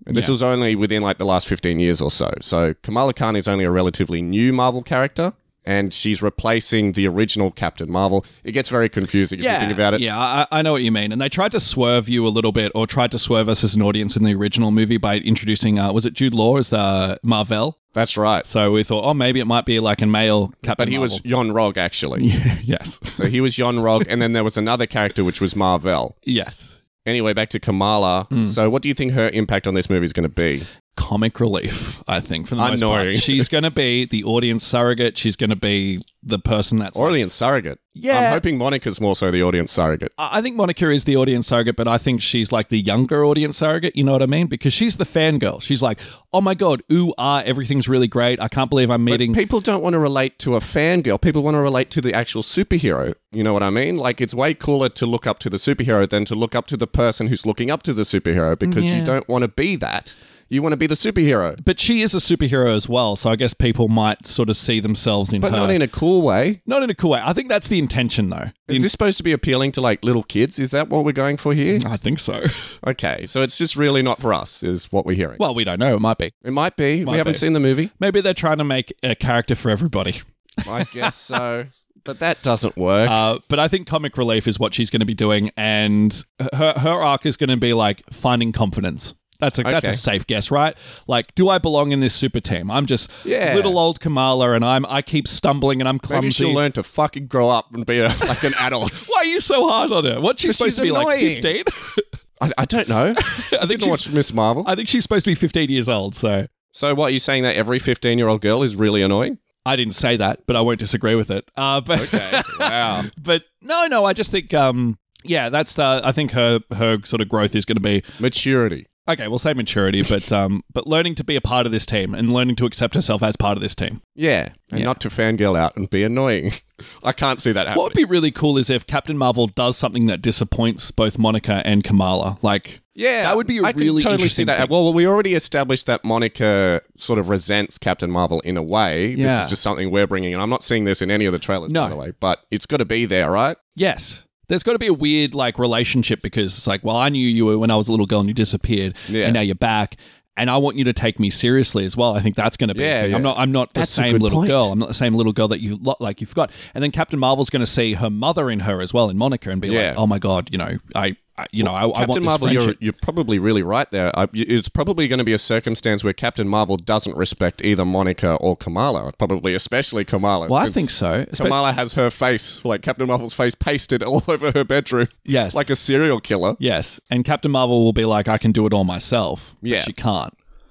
S2: And this was only within like the last 15 years or so. So Kamala Khan is only a relatively new Marvel character. And she's replacing the original Captain Marvel. It gets very confusing if you think about it.
S3: Yeah, I, I know what you mean. And they tried to swerve you a little bit, or tried to swerve us as an audience in the original movie by introducing, uh, was it Jude Law as uh, Marvel?
S2: That's right.
S3: So we thought, oh, maybe it might be like a male Captain
S2: But he was Yon Rog, actually.
S3: was. yes.
S2: so he was Yon Rog, and then there was another character, which was Marvel.
S3: Yes.
S2: Anyway, back to Kamala. So, what do you think her impact on this movie is going to be?
S3: Comic relief, I think, for the
S2: I
S3: most
S2: know.
S3: part. She's going to be the audience surrogate. She's going to be the person that's. like-
S2: Audience surrogate.
S3: Yeah.
S2: I'm hoping Monica's more so the audience surrogate.
S3: I I think Monica is the audience surrogate, but I think she's like the younger audience surrogate. You know what I mean? Because she's the fangirl. She's like, oh my God, ooh, ah, everything's really great. I can't believe I'm meeting.
S2: People don't want to relate to a fangirl. People want to relate to the actual superhero. You know what I mean? Like, it's way cooler to look up to the superhero than to look up to the person who's looking up to the superhero because you don't want to be that. You want to be the superhero,
S3: But she is a superhero as well, so I guess people might sort of see themselves in
S2: but
S3: her.
S2: not in a cool way.
S3: Not in a cool way. I think that's the intention, though.
S2: Is this supposed to be appealing to like little kids? Is that what we're going for here?
S3: I think so.
S2: Okay, so it's just really not for us, is what we're hearing.
S3: Well, we don't know. It might be.
S2: it might be.
S3: might
S2: we haven't
S3: be.
S2: seen the movie.
S3: Maybe they're trying to make a character for everybody.
S2: I guess so. But that doesn't work.
S3: Uh, but I think comic relief is what she's going to be doing, and her her arc is going to be like finding confidence. That's a that's a
S2: Okay.
S3: safe guess, right? Like, do I belong in this super team? I'm just
S2: Yeah.
S3: little old Kamala, and I'm I keep stumbling and I'm
S2: Maybe
S3: clumsy.
S2: she'll learn to fucking grow up and be a, like an adult.
S3: Why are you so hard on her? What's she
S2: she's
S3: supposed to be like?
S2: annoying.
S3: Fifteen?
S2: I, I don't know.
S3: I think
S2: Didn't
S3: she's,
S2: watch Miss Marvel.
S3: I think she's supposed to be fifteen years old. So
S2: so what? You saying that every fifteen-year-old girl is really annoying?
S3: I didn't say that, but I won't disagree with it. Uh, but
S2: Okay. wow.
S3: but no, no, I just think um yeah, that's the I think her her sort of growth is going to be
S2: Maturity.
S3: Okay, we'll say maturity, but um, but learning to be a part of this team and learning to accept herself as part of this team.
S2: Yeah, and not to fangirl out and be annoying. I can't see that happening.
S3: What would be really cool is if Captain Marvel does something that disappoints both Monica and Kamala. Like,
S2: Yeah,
S3: That would be a
S2: I could
S3: really
S2: totally
S3: interesting
S2: see that.
S3: thing.
S2: Well, we already established that Monica sort of resents Captain Marvel in a way.
S3: Yeah.
S2: This is just something we're bringing in. I'm not seeing this in any of the trailers,
S3: No.
S2: by the way, but it's got to be there, right?
S3: yes, there's got to be a weird like relationship because it's like, well, I knew you were when I was a little girl and you disappeared,
S2: Yeah.
S3: and now you're back. And I want you to take me seriously as well. I think that's going to be. a
S2: Yeah,
S3: thing.
S2: yeah.
S3: I'm not. I'm not the
S2: That's a
S3: same
S2: good
S3: little
S2: point.
S3: girl. I'm not the same little girl that you lo- like. You forgot. And then Captain Marvel's going to see her mother in her as well in Monica and be
S2: Yeah.
S3: like, oh my god, you know, I, I you know, I, I want
S2: Captain
S3: this
S2: Marvel,
S3: friendship.
S2: you're, you're probably really right there. I, it's probably going to be a circumstance where Captain Marvel doesn't respect either Monica or Kamala, probably especially Kamala.
S3: Well, I
S2: since
S3: think so. Espe-
S2: Kamala has her face, like Captain Marvel's face, pasted all over her bedroom.
S3: Yes.
S2: Like a serial killer.
S3: yes. And Captain Marvel will be like, I can do it all myself. But
S2: Yeah.
S3: She can't.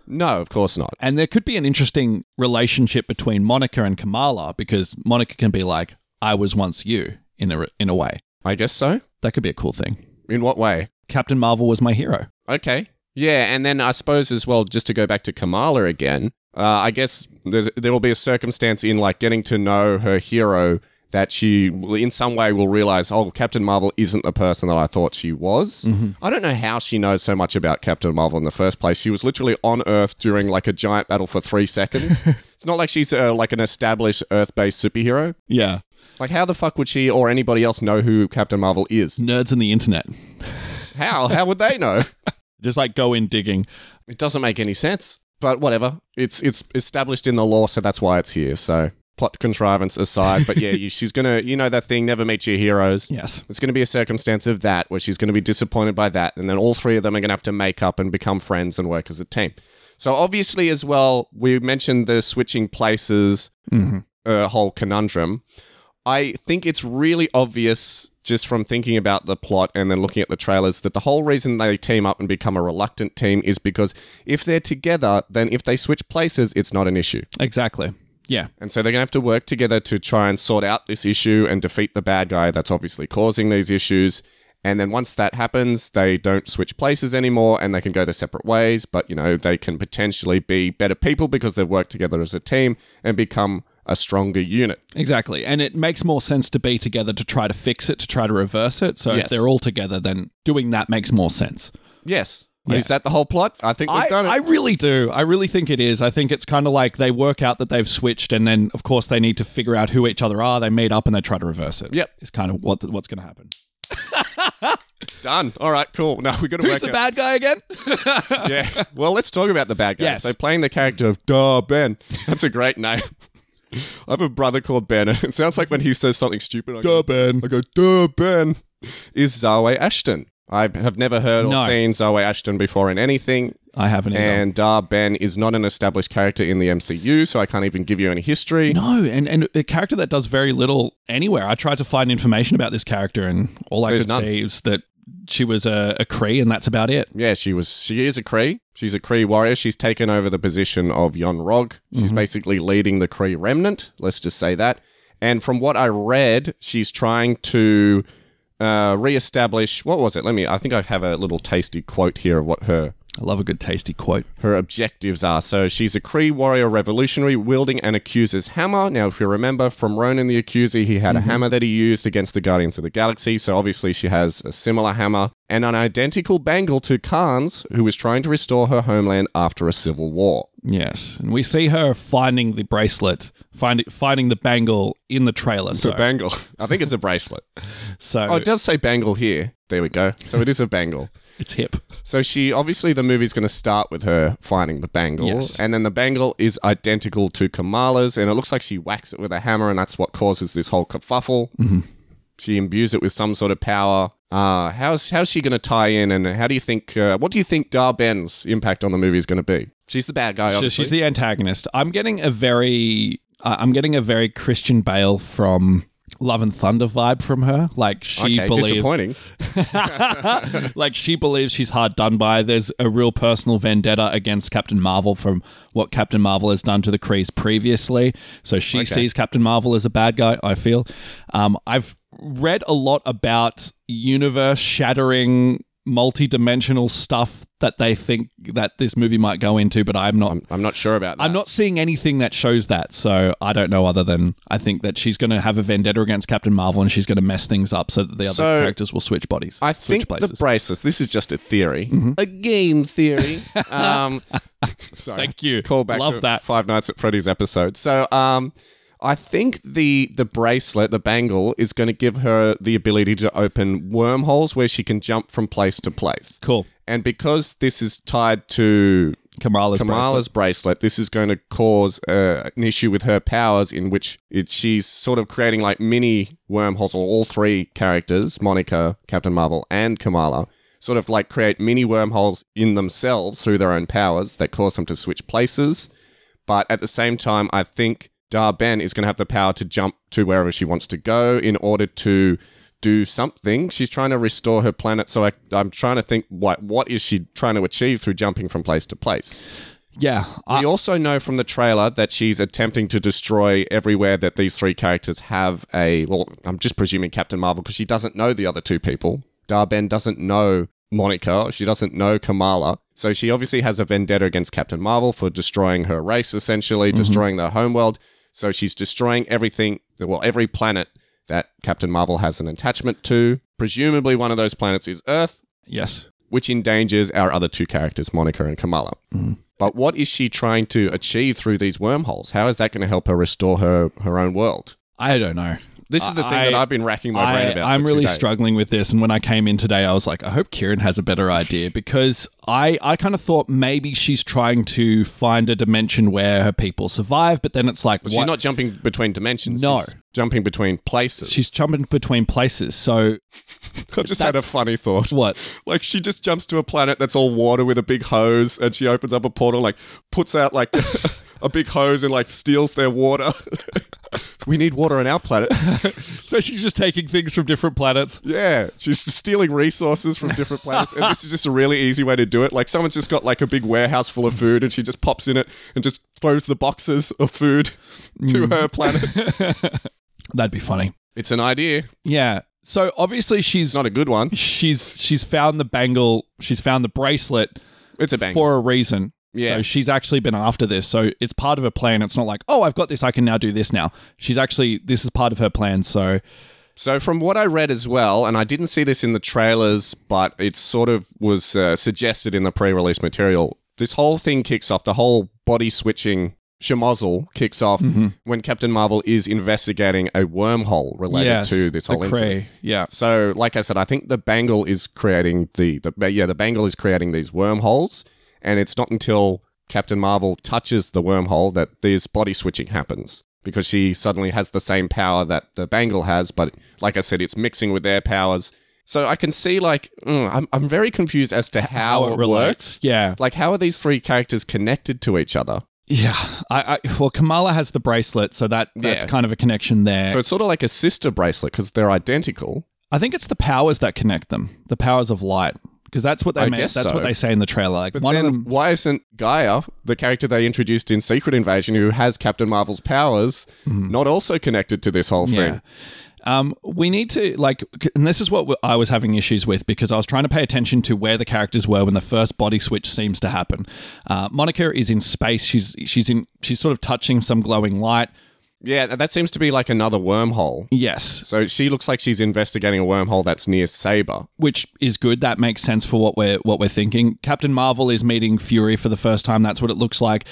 S2: No, of course not.
S3: And there could be an interesting relationship between Monica and Kamala because Monica can be like, I was once you in a, in a way.
S2: I guess so.
S3: That could be a cool thing.
S2: In what way?
S3: Captain Marvel was my hero.
S2: Okay. Yeah, and then I suppose as well, just to go back to Kamala again, uh, I guess there's, there will be a circumstance in like getting to know her hero that she will, in some way will realize, oh, Captain Marvel isn't the person that I thought she was. I don't know how she knows so much about Captain Marvel in the first place. She was literally on Earth during like a giant battle for three seconds. it's not like she's uh, like an established Earth-based superhero.
S3: Yeah.
S2: Like, how the fuck would she or anybody else know who Captain Marvel is?
S3: Nerds in the internet.
S2: How? How would they know?
S3: Just like go in digging.
S2: It doesn't make any sense, but whatever. It's it's established in the law, so that's why it's here. So plot contrivance aside, but yeah, you, she's gonna you know that thing, never meet your heroes.
S3: Yes.
S2: It's going to be a circumstance of that where she's going to be disappointed by that, and then all three of them are going to have to make up and become friends and work as a team. So obviously, as well, we mentioned the switching places uh, whole conundrum. I think it's really obvious just from thinking about the plot and then looking at the trailers that the whole reason they team up and become a reluctant team is because if they're together, then if they switch places, it's not an issue.
S3: Exactly. Yeah.
S2: And so they're going to have to work together to try and sort out this issue and defeat the bad guy that's obviously causing these issues. And then once that happens, they don't switch places anymore and they can go their separate ways. But, you know, they can potentially be better people because they've worked together as a team and become a stronger unit.
S3: Exactly. And it makes more sense to be together to try to fix it, to try to reverse it. So if
S2: Yes.
S3: they're all together, then doing that makes more sense.
S2: Yes.
S3: Yeah.
S2: Is that the whole plot? I think we've
S3: I,
S2: done it.
S3: I really do. I really think it is. I think it's kind of like they work out that they've switched, and then, of course, they need to figure out who each other are. They meet up and they try to reverse it.
S2: Yep.
S3: It's kind of what what's going to happen.
S2: done. All right, cool. Now we got to
S3: Who's
S2: work
S3: the
S2: out.
S3: bad guy again?
S2: yeah. Well, let's talk about the bad guy.
S3: Yes.
S2: So playing the character of Duh Ben. That's a great name. I have a brother called Ben, and it sounds like when he says something stupid, I go,
S3: Durban.
S2: I go Duh Ben. Is Zoe Ashton? I have never heard or
S3: No.
S2: seen Zoe Ashton before in anything.
S3: I haven't either.
S2: And Dar Ben is not an established character in the MCU, so I can't even give you any history.
S3: no, and, and a character that does very little anywhere. I tried to find information about this character, and all I
S2: There's
S3: could
S2: none.
S3: see is that she was a, a Cree, and that's about it.
S2: Yeah, she was. She is a Kree. She's a Kree warrior. She's taken over the position of Yon Rog. She's
S3: Mm-hmm.
S2: basically leading the Kree remnant. Let's just say that. And from what I read, she's trying to uh, reestablish. What was it? Let me. I think I have a little tasty quote here of what her
S3: I love a good tasty quote.
S2: her objectives are. So she's a Kree warrior revolutionary wielding an accuser's hammer. Now, if you remember from Ronan the Accuser, he had a hammer that he used against the Guardians of the Galaxy. So obviously, she has a similar hammer and an identical bangle to Khan's, who was trying to restore her homeland after a civil war.
S3: Yes, and we see her finding the bracelet, find, finding the bangle in the trailer.
S2: It's
S3: So,
S2: a bangle. I think it's a bracelet.
S3: so
S2: Oh, it does say bangle here. There we go. So it is a bangle.
S3: it's hip.
S2: So she obviously the movie's going to start with her finding the bangle,
S3: Yes.
S2: and then the bangle is identical to Kamala's, and it looks like she whacks it with a hammer, and that's what causes this whole kerfuffle.
S3: Mm-hmm.
S2: She imbues it with some sort of power. Uh, how's how's she going to tie in, and how do you think? Uh, what do you think Dar Ben's impact on the movie is going to be? She's the bad guy.
S3: So
S2: Obviously.
S3: she's the antagonist. I'm getting a very, uh, I'm getting a very Christian Bale from Love and Thunder vibe from her. Like she
S2: okay,
S3: believes,
S2: disappointing.
S3: like she believes she's hard done by. There's a real personal vendetta against Captain Marvel from what Captain Marvel has done to the Krees previously. So she sees Captain Marvel as a bad guy. I feel. Um, I've read a lot about universe shattering multi-dimensional stuff that they think that this movie might go into but I'm not
S2: I'm not sure about that.
S3: I'm not seeing anything that shows that, so I don't know. Other than I think that she's going to have a vendetta against Captain Marvel, and she's going to mess things up so that the other
S2: So-
S3: characters will switch bodies.
S2: I
S3: switch Mm-hmm.
S2: think the bracelets. This is just a theory, a game theory. um, sorry,
S3: Thank you.
S2: Call back
S3: Love
S2: to
S3: that.
S2: Five Nights at Freddy's episode. So, um, I think the the bracelet, the bangle, is going to give her the ability to open wormholes where she can jump from place to place.
S3: cool.
S2: And because this is tied to
S3: Kamala's
S2: Kamala's bracelet. This is going to cause uh, an issue with her powers, in which it, she's sort of creating like mini wormholes, or all three characters Monica, Captain Marvel, and Kamala sort of like create mini wormholes in themselves through their own powers that cause them to switch places. But at the same time, I think Dar Ben is going to have the power to jump to wherever she wants to go in order to do something. She's trying to restore her planet. So I, I'm trying to think what what is she trying to achieve through jumping from place to place.
S3: bracelet. Yeah, I,
S2: We also know from the trailer that she's attempting to destroy everywhere that these three characters have a. Well, I'm just presuming Captain Marvel because she doesn't know the other two people. Darben doesn't know Monica. She doesn't know Kamala. So she obviously has a vendetta against Captain Marvel for destroying her race, essentially, destroying their homeworld. So she's destroying everything, well, every planet that Captain Marvel has an attachment to. Presumably, one of those planets is Earth
S3: yes.
S2: which endangers our other two characters, Monica and Kamala.
S3: Mm.
S2: But what is she trying to achieve through these wormholes? How is that going to help her restore her, her own world?
S3: I don't know.
S2: This is the thing
S3: I-
S2: that I've been racking my brain about.
S3: am
S2: for two
S3: really
S2: days.
S3: struggling with this. And when I came in today, I was like, I hope Kieran has a better idea because I, I kind of thought maybe she's trying to find a dimension where her people survive, but then it's like,
S2: But
S3: what?
S2: She's not jumping between dimensions.
S3: No.
S2: She's jumping between places.
S3: she's jumping between places. So,
S2: I just had a
S3: that's-
S2: funny thought.
S3: what?
S2: Like she just jumps to a planet that's all water with a big hose, and she opens up a portal, like puts out like a big hose and like steals their water. we need water on our planet.
S3: So she's just taking things from different planets.
S2: Yeah, she's stealing resources from different planets, and this is just a really easy way to do it. Like someone's just got like a big warehouse full of food, and she just pops in it and just throws the boxes of food to her planet.
S3: That'd be funny.
S2: Mm. It's an idea.
S3: Yeah. So obviously she's
S2: It's not a good one.
S3: she's she's found the bangle, she's found the bracelet
S2: It's a bang.
S3: for a reason.
S2: Yeah.
S3: So she's actually been after this. So it's part of her plan. It's not like, oh, I've got this. I can now do this now. She's actually, this is part of her plan. So
S2: So, from what I read as well, and I didn't see this in the trailers, but it sort of was uh, suggested in the pre release material. This whole thing kicks off, the whole body switching shemozzle kicks off when Captain Marvel is investigating a wormhole related
S3: yes,
S2: to this whole
S3: the
S2: incident.
S3: Kree. Yeah.
S2: So, like I said, I think the bangle is creating the, the yeah the bangle is creating these wormholes, and it's not until Captain Marvel touches the wormhole that this body switching happens because she suddenly has the same power that the bangle has, but like I said, it's mixing with their powers. So I can see like mm, I'm I'm very confused as to how, it works.
S3: Yeah.
S2: Like how are these three characters connected to each other?
S3: Yeah. I, I well, Kamala has the bracelet. So that that's
S2: Yeah.
S3: kind of a connection there.
S2: So it's sort of like a sister bracelet because they're identical.
S3: I think it's the powers that connect them, the powers of light. Because that's what they
S2: I
S3: make,
S2: guess
S3: that's
S2: so.
S3: what they say in the trailer. Like
S2: But
S3: one
S2: then
S3: of them
S2: why isn't Gaia, the character they introduced in Secret Invasion, who has Captain Marvel's powers,
S3: Mm-hmm.
S2: not also connected to this whole
S3: Yeah.
S2: thing?
S3: Um, we need to like, c- and this is what w- I was having issues with because I was trying to pay attention to where the characters were when the first body switch seems to happen. Uh, Monica is in space. She's she's in she's sort of touching some glowing light.
S2: Yeah, that seems to be like another wormhole.
S3: Yes,
S2: So she looks like she's investigating a wormhole that's near Saber.
S3: which is good. That makes sense for what we're what we're thinking. Captain Marvel is meeting Fury for the first time. That's what it looks like.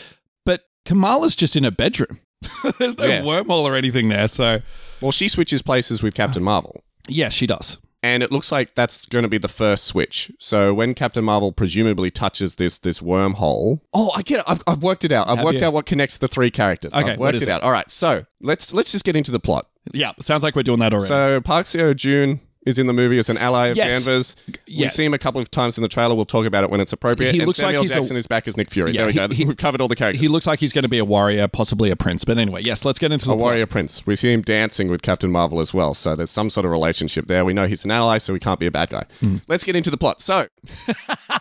S3: But Kamala's just in a bedroom. There's no
S2: Yeah.
S3: wormhole or anything there. So
S2: Well, she switches places with Captain Marvel.
S3: yes, she does.
S2: And it looks like that's going to be the first switch. So when Captain Marvel presumably touches this this wormhole, oh, I get it. I've, I've worked it out. I've worked
S3: you?
S2: out what connects the three characters.
S3: Okay,
S2: I've
S3: what
S2: worked
S3: is
S2: it
S3: it?
S2: out. All right, so let's let's just get into the plot.
S3: Yeah, sounds like we're doing that already.
S2: So Park Seo Joon is in the movie as an ally of
S3: Yes.
S2: Danvers.
S3: Yes.
S2: We see him a couple of times in the trailer. We'll talk about it when it's appropriate.
S3: He
S2: and
S3: looks like
S2: Samuel
S3: he's a-
S2: Jackson is back as Nick Fury.
S3: Yeah,
S2: there we
S3: he-
S2: go.
S3: he-
S2: We've covered all the characters.
S3: he looks like he's going to be a warrior, possibly a prince. But anyway, yes, let's get into the
S2: a
S3: plot.
S2: warrior prince. We see him dancing with Captain Marvel as well. So there's some sort of relationship there. We know he's an ally, so he can't be a bad guy.
S3: Hmm.
S2: Let's get into the plot. So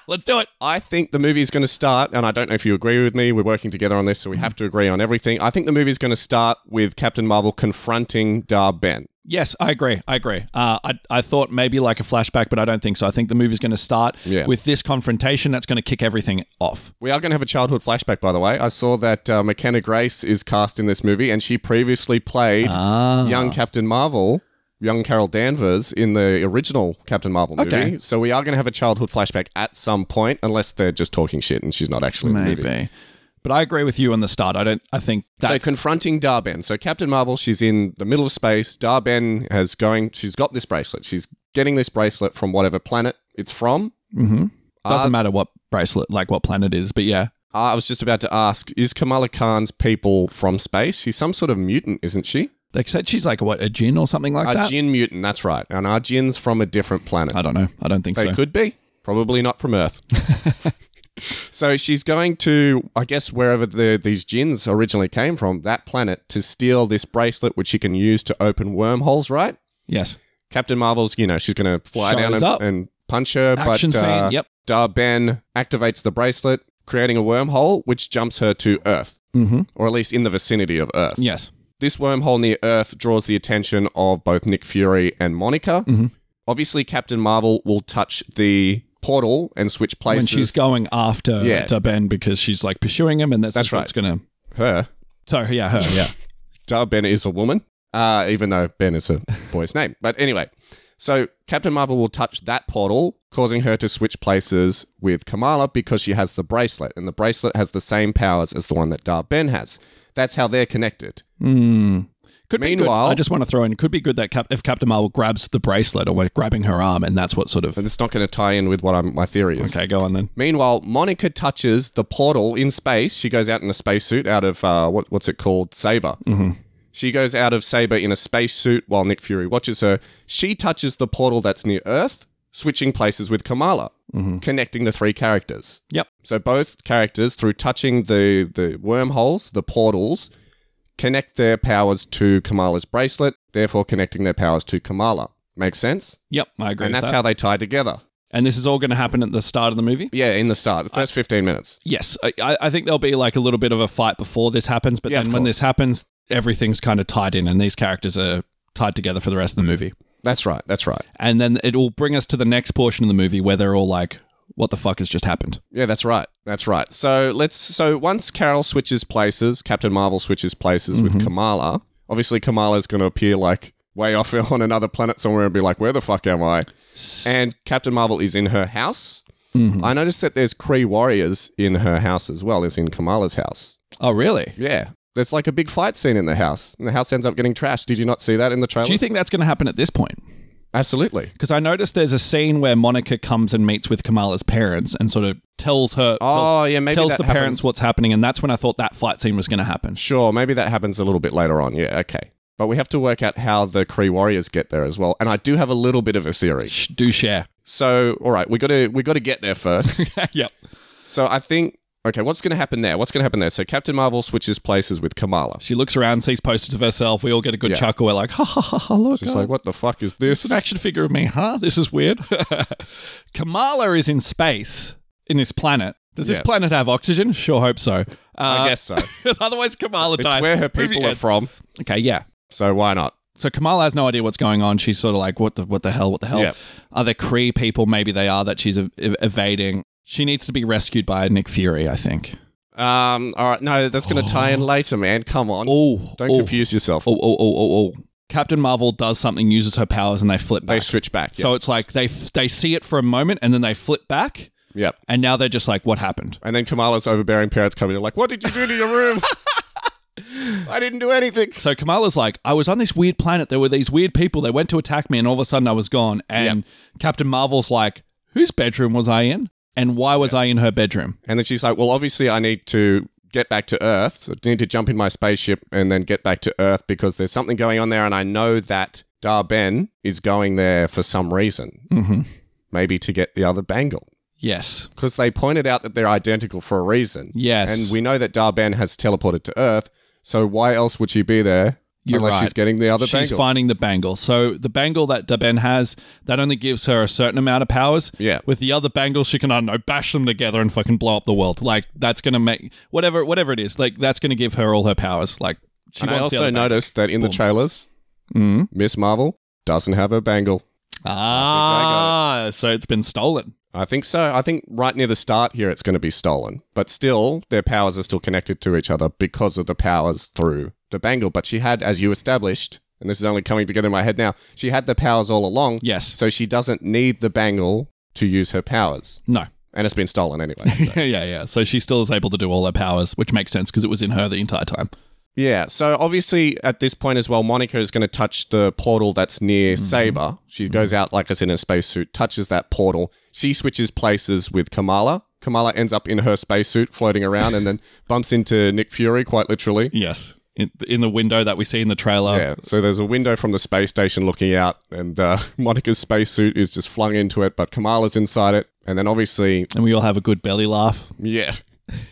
S3: Let's do it.
S2: I think the movie is going to start, and I don't know if you agree with me. We're working together on this, so we have to agree on everything. I think the movie is going to start with Captain Marvel confronting Dar Ben.
S3: Yes, I agree. I agree. Uh, I, I thought maybe like a flashback, but I don't think so. I think the movie's going to start
S2: Yeah.
S3: with this confrontation that's going to kick everything off.
S2: We are going to have a childhood flashback, by the way. I saw that uh, McKenna Grace is cast in this movie, and she previously played
S3: Ah.
S2: young Captain Marvel, young Carol Danvers, in the original Captain Marvel movie.
S3: Okay.
S2: So we are going to have a childhood flashback at some point, unless they're just talking shit and she's not actually in the movie.
S3: Maybe. But I agree with you on the start. I don't. I think that's
S2: so confronting Darben. So Captain Marvel, she's in the middle of space. Darben has going. She's got this bracelet. She's getting this bracelet from whatever planet it's from.
S3: doesn't matter what bracelet, like what planet it is. But yeah,
S2: Uh, I was just about to ask: Is Kamala Khan's people from space? She's some sort of mutant, isn't she?
S3: they said she's like what a djinn or something like
S2: A
S3: that.
S2: Jin mutant, that's right. And our Jin's from a different planet.
S3: I don't know. I don't think
S2: they
S3: so.
S2: could be. Probably not from Earth. so she's going to, I guess, wherever the, these Jins originally came from, that planet, to steal this bracelet, which she can use to open wormholes, right?
S3: Yes.
S2: Captain Marvel's, you know, she's going to fly
S3: Shows
S2: down and,
S3: up.
S2: and punch her.
S3: Action
S2: but,
S3: scene.
S2: uh,
S3: yep.
S2: Dar Ben activates the bracelet, creating a wormhole, which jumps her to Earth,
S3: Mm-hmm.
S2: or at least in the vicinity of Earth
S3: Yes.
S2: this wormhole near Earth draws the attention of both Nick Fury and Monica.
S3: Mm-hmm.
S2: Obviously, Captain Marvel will touch the portal and switch
S3: When
S2: places.
S3: she's going after
S2: Yeah.
S3: to Ben because she's like pursuing him, and that's,
S2: That's
S3: what's going to.
S2: her,
S3: So yeah, her yeah.
S2: duh, Ben is a woman, uh, even though Ben is a boy's name. But anyway, so Captain Marvel will touch that portal, causing her to switch places with Kamala because she has the bracelet, and the bracelet has the same powers as the one that Dar Ben has. That's how they're connected.
S3: Could
S2: Meanwhile-
S3: be good. I just want to throw in. Could be good that Cap- if Captain Marvel grabs the bracelet or like, grabbing her arm, and that's what sort of.
S2: And it's not going to tie in with what I'm, my theory is.
S3: Okay, go on then.
S2: Meanwhile, Monica touches the portal in space. She goes out in a spacesuit out of uh, what, what's it called? Saber. Mm-hmm. She goes out of Saber in a spacesuit while Nick Fury watches her. She touches the portal that's near Earth, switching places with Kamala, connecting the three characters.
S3: Mm-hmm. Yep.
S2: So both characters, through touching the the wormholes, the portals, connect their powers to Kamala's bracelet, therefore connecting their powers to Kamala. Makes sense?
S3: Yep, I agree.
S2: and
S3: with
S2: that's
S3: that.
S2: how they tie together.
S3: And this is all going to happen at the start of the movie.
S2: Yeah, in the start, the first 15 minutes.
S3: Yes, I, I I think there'll be like a little bit of a fight before this happens, but
S2: Yeah,
S3: then
S2: of
S3: when
S2: course.
S3: this happens, everything's kind of tied in, and these characters are tied together for the rest of the movie.
S2: That's right. That's right.
S3: And then it will bring us to the next portion of the movie where they're all like, what the fuck has just happened.
S2: Yeah, that's right. That's right. So let's. So once Carol switches places, Captain Marvel switches places
S3: Mm-hmm.
S2: with Kamala. Obviously, Kamala's going to appear like way off on another planet somewhere and be like, "Where the fuck am I?" And Captain Marvel is in her house.
S3: Mm-hmm.
S2: I noticed that there's Kree warriors in her house as well as in Kamala's house.
S3: Oh, really?
S2: Yeah, there's like a big fight scene in the house, and the house ends up getting trashed. Did you not see that in the trailer?
S3: Do you think that's going to happen at this point?
S2: Absolutely.
S3: Because I noticed there's a scene where Monica comes and meets with Kamala's parents and sort of tells her,
S2: Oh,
S3: tells,
S2: yeah, maybe
S3: tells
S2: that
S3: the parents
S2: happens.
S3: what's happening, and that's when I thought that fight scene was going to happen.
S2: Sure, maybe that happens a little bit later on. Yeah, okay. But we have to work out how the Kree warriors get there as well. And I do have a little bit of a theory.
S3: Shh, Do share.
S2: So, all right, we got to we got to get there first.
S3: yep.
S2: so, I think okay, what's going to happen there? What's going to happen there? So, Captain Marvel switches places with Kamala.
S3: She looks around, sees posters of herself. We all get a good chuckle. We're like, ha ha ha ha! Look,
S2: She's
S3: oh,
S2: like, "What the fuck is this?"
S3: it's an action figure of me, huh? This is weird. Kamala is in space in this planet. Does this
S2: Yeah.
S3: planet have oxygen? Sure, hope so.
S2: I
S3: Uh,
S2: guess so.
S3: otherwise, Kamala
S2: It's
S3: dies.
S2: where her
S3: Movie
S2: people are
S3: ends.
S2: from,
S3: Okay, yeah.
S2: so why not?
S3: So Kamala has no idea what's going on. She's sort of like, what the what the hell? What the hell?
S2: Yeah.
S3: Are there Kree people? Maybe they are that she's ev- ev- evading. She needs to be rescued by Nick Fury, I think.
S2: Um, all right, no, that's going to tie in later, man. Come on,
S3: Oh,
S2: don't
S3: oh,
S2: confuse yourself.
S3: Oh, oh, oh, oh, oh. Captain Marvel does something, uses her powers, and they flip
S2: They
S3: back.
S2: switch back. Yep.
S3: So it's like they f- they see it for a moment, and then they flip back,
S2: yep.
S3: and now they're just like, what happened?
S2: And then Kamala's overbearing parents come in and like, "What did you do to your room?" I didn't do anything.
S3: So Kamala's like, I was on this weird planet. There were these weird people. They went to attack me, and all of a sudden I was gone. And Captain Marvel's like, whose bedroom was I in? And why was I in her bedroom?
S2: And then she's like, "Well, obviously, I need to get back to Earth. I need to jump in my spaceship and then get back to Earth because there's something going on there, and I know that Dar Ben is going there for some reason,
S3: Mm-hmm.
S2: maybe to get the other bangle."
S3: Yes.
S2: Because they pointed out that they're identical for a reason.
S3: Yes.
S2: And we know that Dar Ben has teleported to Earth, so why else would she be there
S3: You're
S2: unless
S3: right.
S2: she's getting the other
S3: She's
S2: bangle?
S3: finding the bangle. So the bangle that Daben has, that only gives her a certain amount of powers.
S2: Yeah.
S3: With the other bangle, she can, I don't know, bash them together and fucking blow up the world. Like, that's going to make, whatever whatever it is, like, that's going to give her all her powers. Like, she
S2: and I
S3: wants the
S2: also
S3: other bangle.
S2: noticed that in the trailers,
S3: Mm.
S2: Miss Marvel doesn't have her bangle.
S3: Ah, so it's been stolen.
S2: I think so. I think right near the start here, it's going to be stolen. But still, their powers are still connected to each other because of the powers through the bangle. But she had, as you established, and this is only coming together in my head now, she had the powers all along.
S3: Yes.
S2: So she doesn't need the bangle to use her powers.
S3: No.
S2: And it's been stolen anyway. so.
S3: yeah, yeah. So she still is able to do all her powers, which makes sense because it was in her the entire time.
S2: yeah. So obviously, at this point as well, Monica is going to touch the portal that's near Saber. She goes out, like I said, in a spacesuit, touches that portal. She switches places with Kamala. Kamala ends up in her spacesuit floating around and then bumps into Nick Fury, quite literally.
S3: Yes. In, in the window that we see in the trailer.
S2: Yeah. So there's a window from the space station looking out, and uh, Monica's spacesuit is just flung into it, but Kamala's inside it. And then obviously,
S3: And we all have a good belly laugh.
S2: yeah.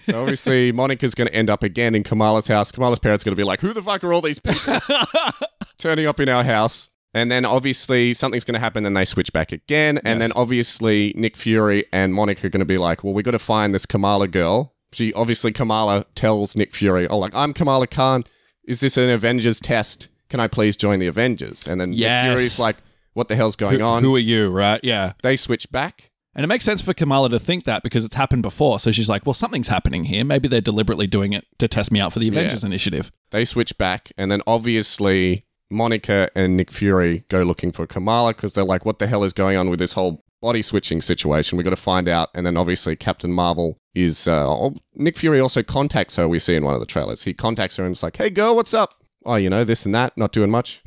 S2: So obviously, Monica's going to end up again in Kamala's house. Kamala's parents are going to be like, "Who the fuck are all these people turning up in our house?" And then obviously something's going to happen, and they switch back again. And then obviously Nick Fury and Monica are going to be like, "Well, we got to find this Kamala girl." She obviously Kamala tells Nick Fury, "Oh, like I'm Kamala Khan. Is this an Avengers test? Can I please join the Avengers?" And then
S3: Yes.
S2: Nick Fury's like, "What the hell's going on?"
S3: Who are you, right? Yeah.
S2: they switch back.
S3: And it makes sense for Kamala to think that because it's happened before. So she's like, well, something's happening here. Maybe they're deliberately doing it to test me out for the Avengers initiative.
S2: They switch back, and then obviously Monica and Nick Fury go looking for Kamala because they're like, "What the hell is going on with this whole body switching situation? We got to find out." And then obviously Captain Marvel is. Uh, oh, Nick Fury also contacts her. We see in one of the trailers, he contacts her and is like, "Hey, girl, what's up?" Oh, you know this and that, not doing much.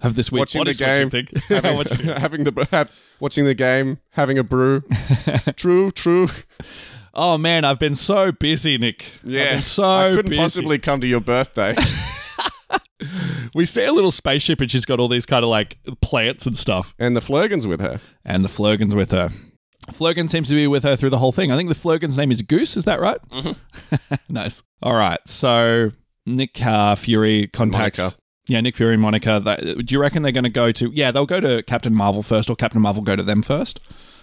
S3: Have this weird
S2: Watching
S3: body
S2: the game.
S3: switching thing.
S2: having,
S3: Watching-
S2: having the have, watching the game, having a brew. true, true.
S3: oh, man, I've been so busy, Nick. I've
S2: Yeah,
S3: been so
S2: I couldn't
S3: busy.
S2: possibly come to your birthday.
S3: We see a little spaceship and she's got all these kind of like plants and stuff.
S2: and the Flurgan's with her.
S3: and the Flurgan's with her. Flurgan seems to be with her through the whole thing. I think the Flurgan's name is Goose. Is that right? nice. All right. So Nick uh, Fury contacts.
S2: Monica.
S3: Yeah, Nick Fury and Monica. That, do you reckon they're going to go to? Yeah, they'll go to Captain Marvel first, or Captain Marvel go to them first?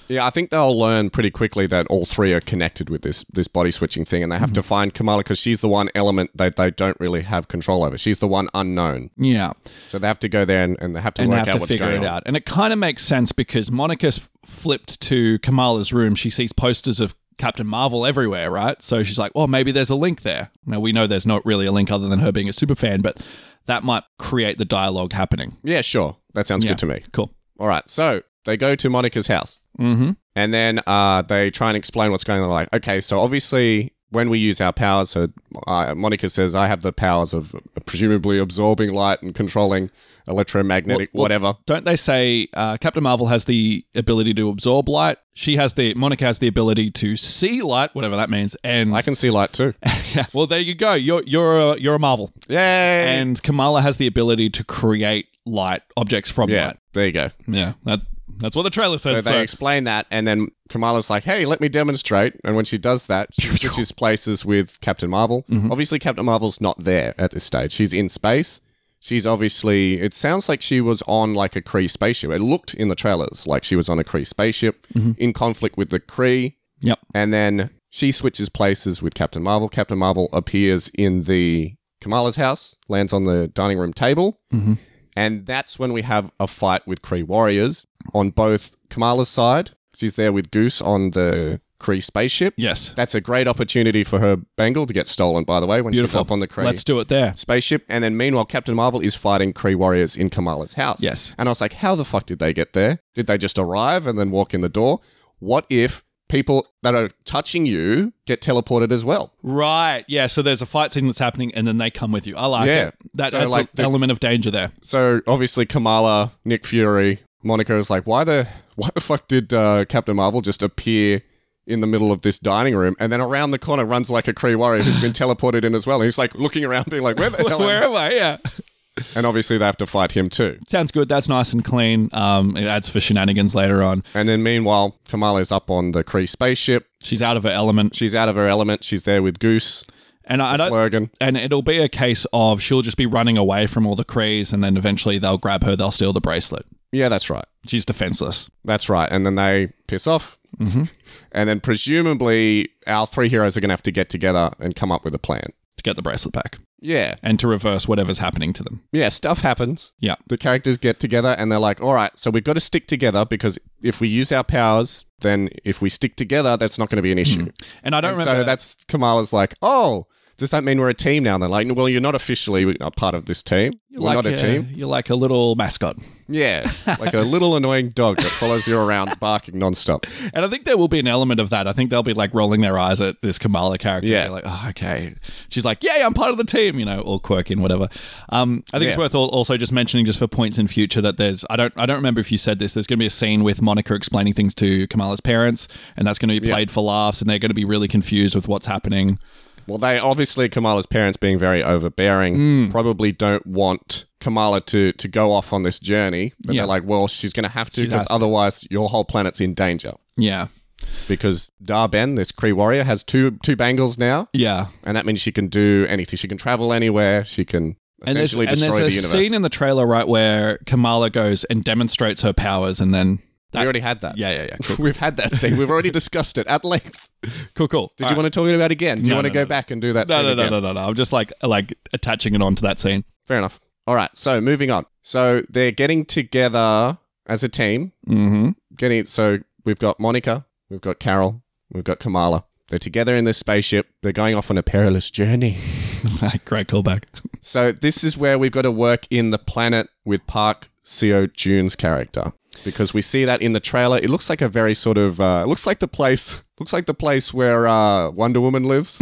S2: Yeah, I think they'll learn pretty quickly that all three are connected with this this body switching thing, and they have
S3: Mm-hmm.
S2: to find Kamala because she's the one element that they don't really have control over. She's the one unknown,
S3: Yeah.
S2: so they have to go there and, and they have to
S3: and
S2: work
S3: have
S2: out
S3: to
S2: what's
S3: figure
S2: going
S3: it
S2: on.
S3: out. And it kind of makes sense because Monica's flipped to Kamala's room. She sees posters of Captain Marvel everywhere, right? So she's like, well, maybe there's a link there. Now, we know there's not really a link other than her being a superfan, but that might create the dialogue happening.
S2: Yeah, sure, that sounds
S3: Yeah.
S2: good to me.
S3: Cool.
S2: All right, so they go to Monica's house.
S3: Mm-hmm.
S2: And then uh, they try and explain what's going on. Like, okay, so obviously when we use our powers, so uh, Monica says, I have the powers of presumably absorbing light and controlling electromagnetic
S3: Well- well-
S2: whatever.
S3: Don't they say uh, Captain Marvel has the ability to absorb light? She has the, Monica has the ability to see light, whatever that means. And
S2: I can see light too.
S3: yeah, well, there you go. You're, you're, a, you're a Marvel.
S2: Yay!
S3: And Kamala has the ability to create light, objects from
S2: yeah,
S3: light.
S2: there you go.
S3: Yeah, that that's what the trailer
S2: So
S3: said.
S2: they explain that, and then Kamala's like, "Hey, let me demonstrate." And when she does that, she switches places with Captain Marvel. Obviously, Captain Marvel's not there at this stage; she's in space. She's obviously. It sounds like she was on like a Kree spaceship. It looked in the trailers like she was on a Kree spaceship in conflict with the Kree,
S3: yep.
S2: and then she switches places with Captain Marvel. Captain Marvel appears in the Kamala's house, lands on the dining room table.
S3: Mhm.
S2: And that's when we have a fight with Kree warriors on both Kamala's side. She's there with Goose on the Kree spaceship.
S3: Yes.
S2: That's a great opportunity for her bangle to get stolen, by the way, when
S3: Beautiful.
S2: she's up on the Kree
S3: Let's do it there.
S2: spaceship. And then meanwhile, Captain Marvel is fighting Kree warriors in Kamala's house.
S3: Yes.
S2: And I was like, how the fuck did they get there? Did they just arrive and then walk in the door? What if people that are touching you get teleported as well?
S3: Right. Yeah. So there's a fight scene that's happening, and then they come with you. I like
S2: Yeah.
S3: it. That,
S2: So,
S3: that's
S2: like,
S3: an
S2: the-
S3: element of danger there.
S2: So obviously Kamala, Nick Fury, Monica is like, why the why the fuck did uh, Captain Marvel just appear in the middle of this dining room and then around the corner runs like a Kree warrior who's been teleported in as well. And he's like looking around being like, where the hell am I?"
S3: Where am I? Yeah.
S2: And obviously they have to fight him too.
S3: Sounds good. That's nice and clean. Um, it adds for shenanigans later on.
S2: And then meanwhile, Kamala's up on the Kree spaceship.
S3: She's out of her element,
S2: She's out of her element. She's there with Goose,
S3: and I, I don't.
S2: Flurgan.
S3: And it'll be a case of she'll just be running away from all the Krees, and then eventually they'll grab her. They'll steal the bracelet.
S2: Yeah, that's right.
S3: She's defenseless.
S2: That's right. And then they piss off. Mm-hmm. And then presumably our three heroes are going to have to get together and come up with a plan.
S3: To get the bracelet back
S2: Yeah.
S3: and to reverse whatever's happening to them.
S2: Yeah, stuff happens.
S3: Yeah.
S2: The characters get together and they're like, all right, so we've got to stick together because if we use our powers, then if we stick together, that's not going to be an issue.
S3: And I don't
S2: And
S3: remember.
S2: so that's Kamala's like, oh, does that mean we're a team now? And they're like, well, you're not officially a part of this team.
S3: You're
S2: we're
S3: like
S2: not a team.
S3: You're like a little mascot.
S2: Yeah, like a little annoying dog that follows you around barking nonstop.
S3: And I think there will be an element of that. I think they'll be like rolling their eyes at this Kamala character.
S2: Yeah.
S3: They're Like, oh, okay. She's like, yay, I'm part of the team, you know, all quirky and whatever. Um, I think it's
S2: Yeah.
S3: worth al- also just mentioning just for points in future that there's, I don't, I don't remember if you said this, there's going to be a scene with Monica explaining things to Kamala's parents and that's going to be played for laughs and they're going to be really confused with what's happening.
S2: Well, they obviously Kamala's parents being very overbearing
S3: Mm.
S2: probably don't want Kamala to to go off on this journey. But
S3: Yeah.
S2: they're like, well, she's going to have to
S3: has
S2: because
S3: to.
S2: otherwise your whole planet's in danger.
S3: Yeah.
S2: Because Darben, this Kree warrior, has two two bangles now,
S3: Yeah.
S2: and that means she can do anything. She can travel anywhere. She can essentially
S3: and there's
S2: destroy
S3: a
S2: the universe.
S3: scene in the trailer, right, where Kamala goes and demonstrates her powers and then.
S2: we already had that.
S3: Yeah, yeah, yeah. Cool,
S2: We've had that scene. We've already discussed it at length.
S3: cool. cool.
S2: Did you want to talk about it again? Do you
S3: No,
S2: want to
S3: no,
S2: go
S3: no, no.
S2: back and do that
S3: No,
S2: scene
S3: no, no,
S2: again?
S3: no, no, no. I'm just like like attaching it onto that scene.
S2: Fair enough. All right. So moving on. So they're getting together as a team.
S3: Mm-hmm.
S2: Getting so we've got Monica, we've got Carol, we've got Kamala. They're together in this spaceship. They're going off on a perilous journey.
S3: Great callback.
S2: so this is where we've got to work in the planet with Park Seo June's character because we see that in the trailer. It looks like a very sort of uh, it looks like the place looks like the place where uh, Wonder Woman lives.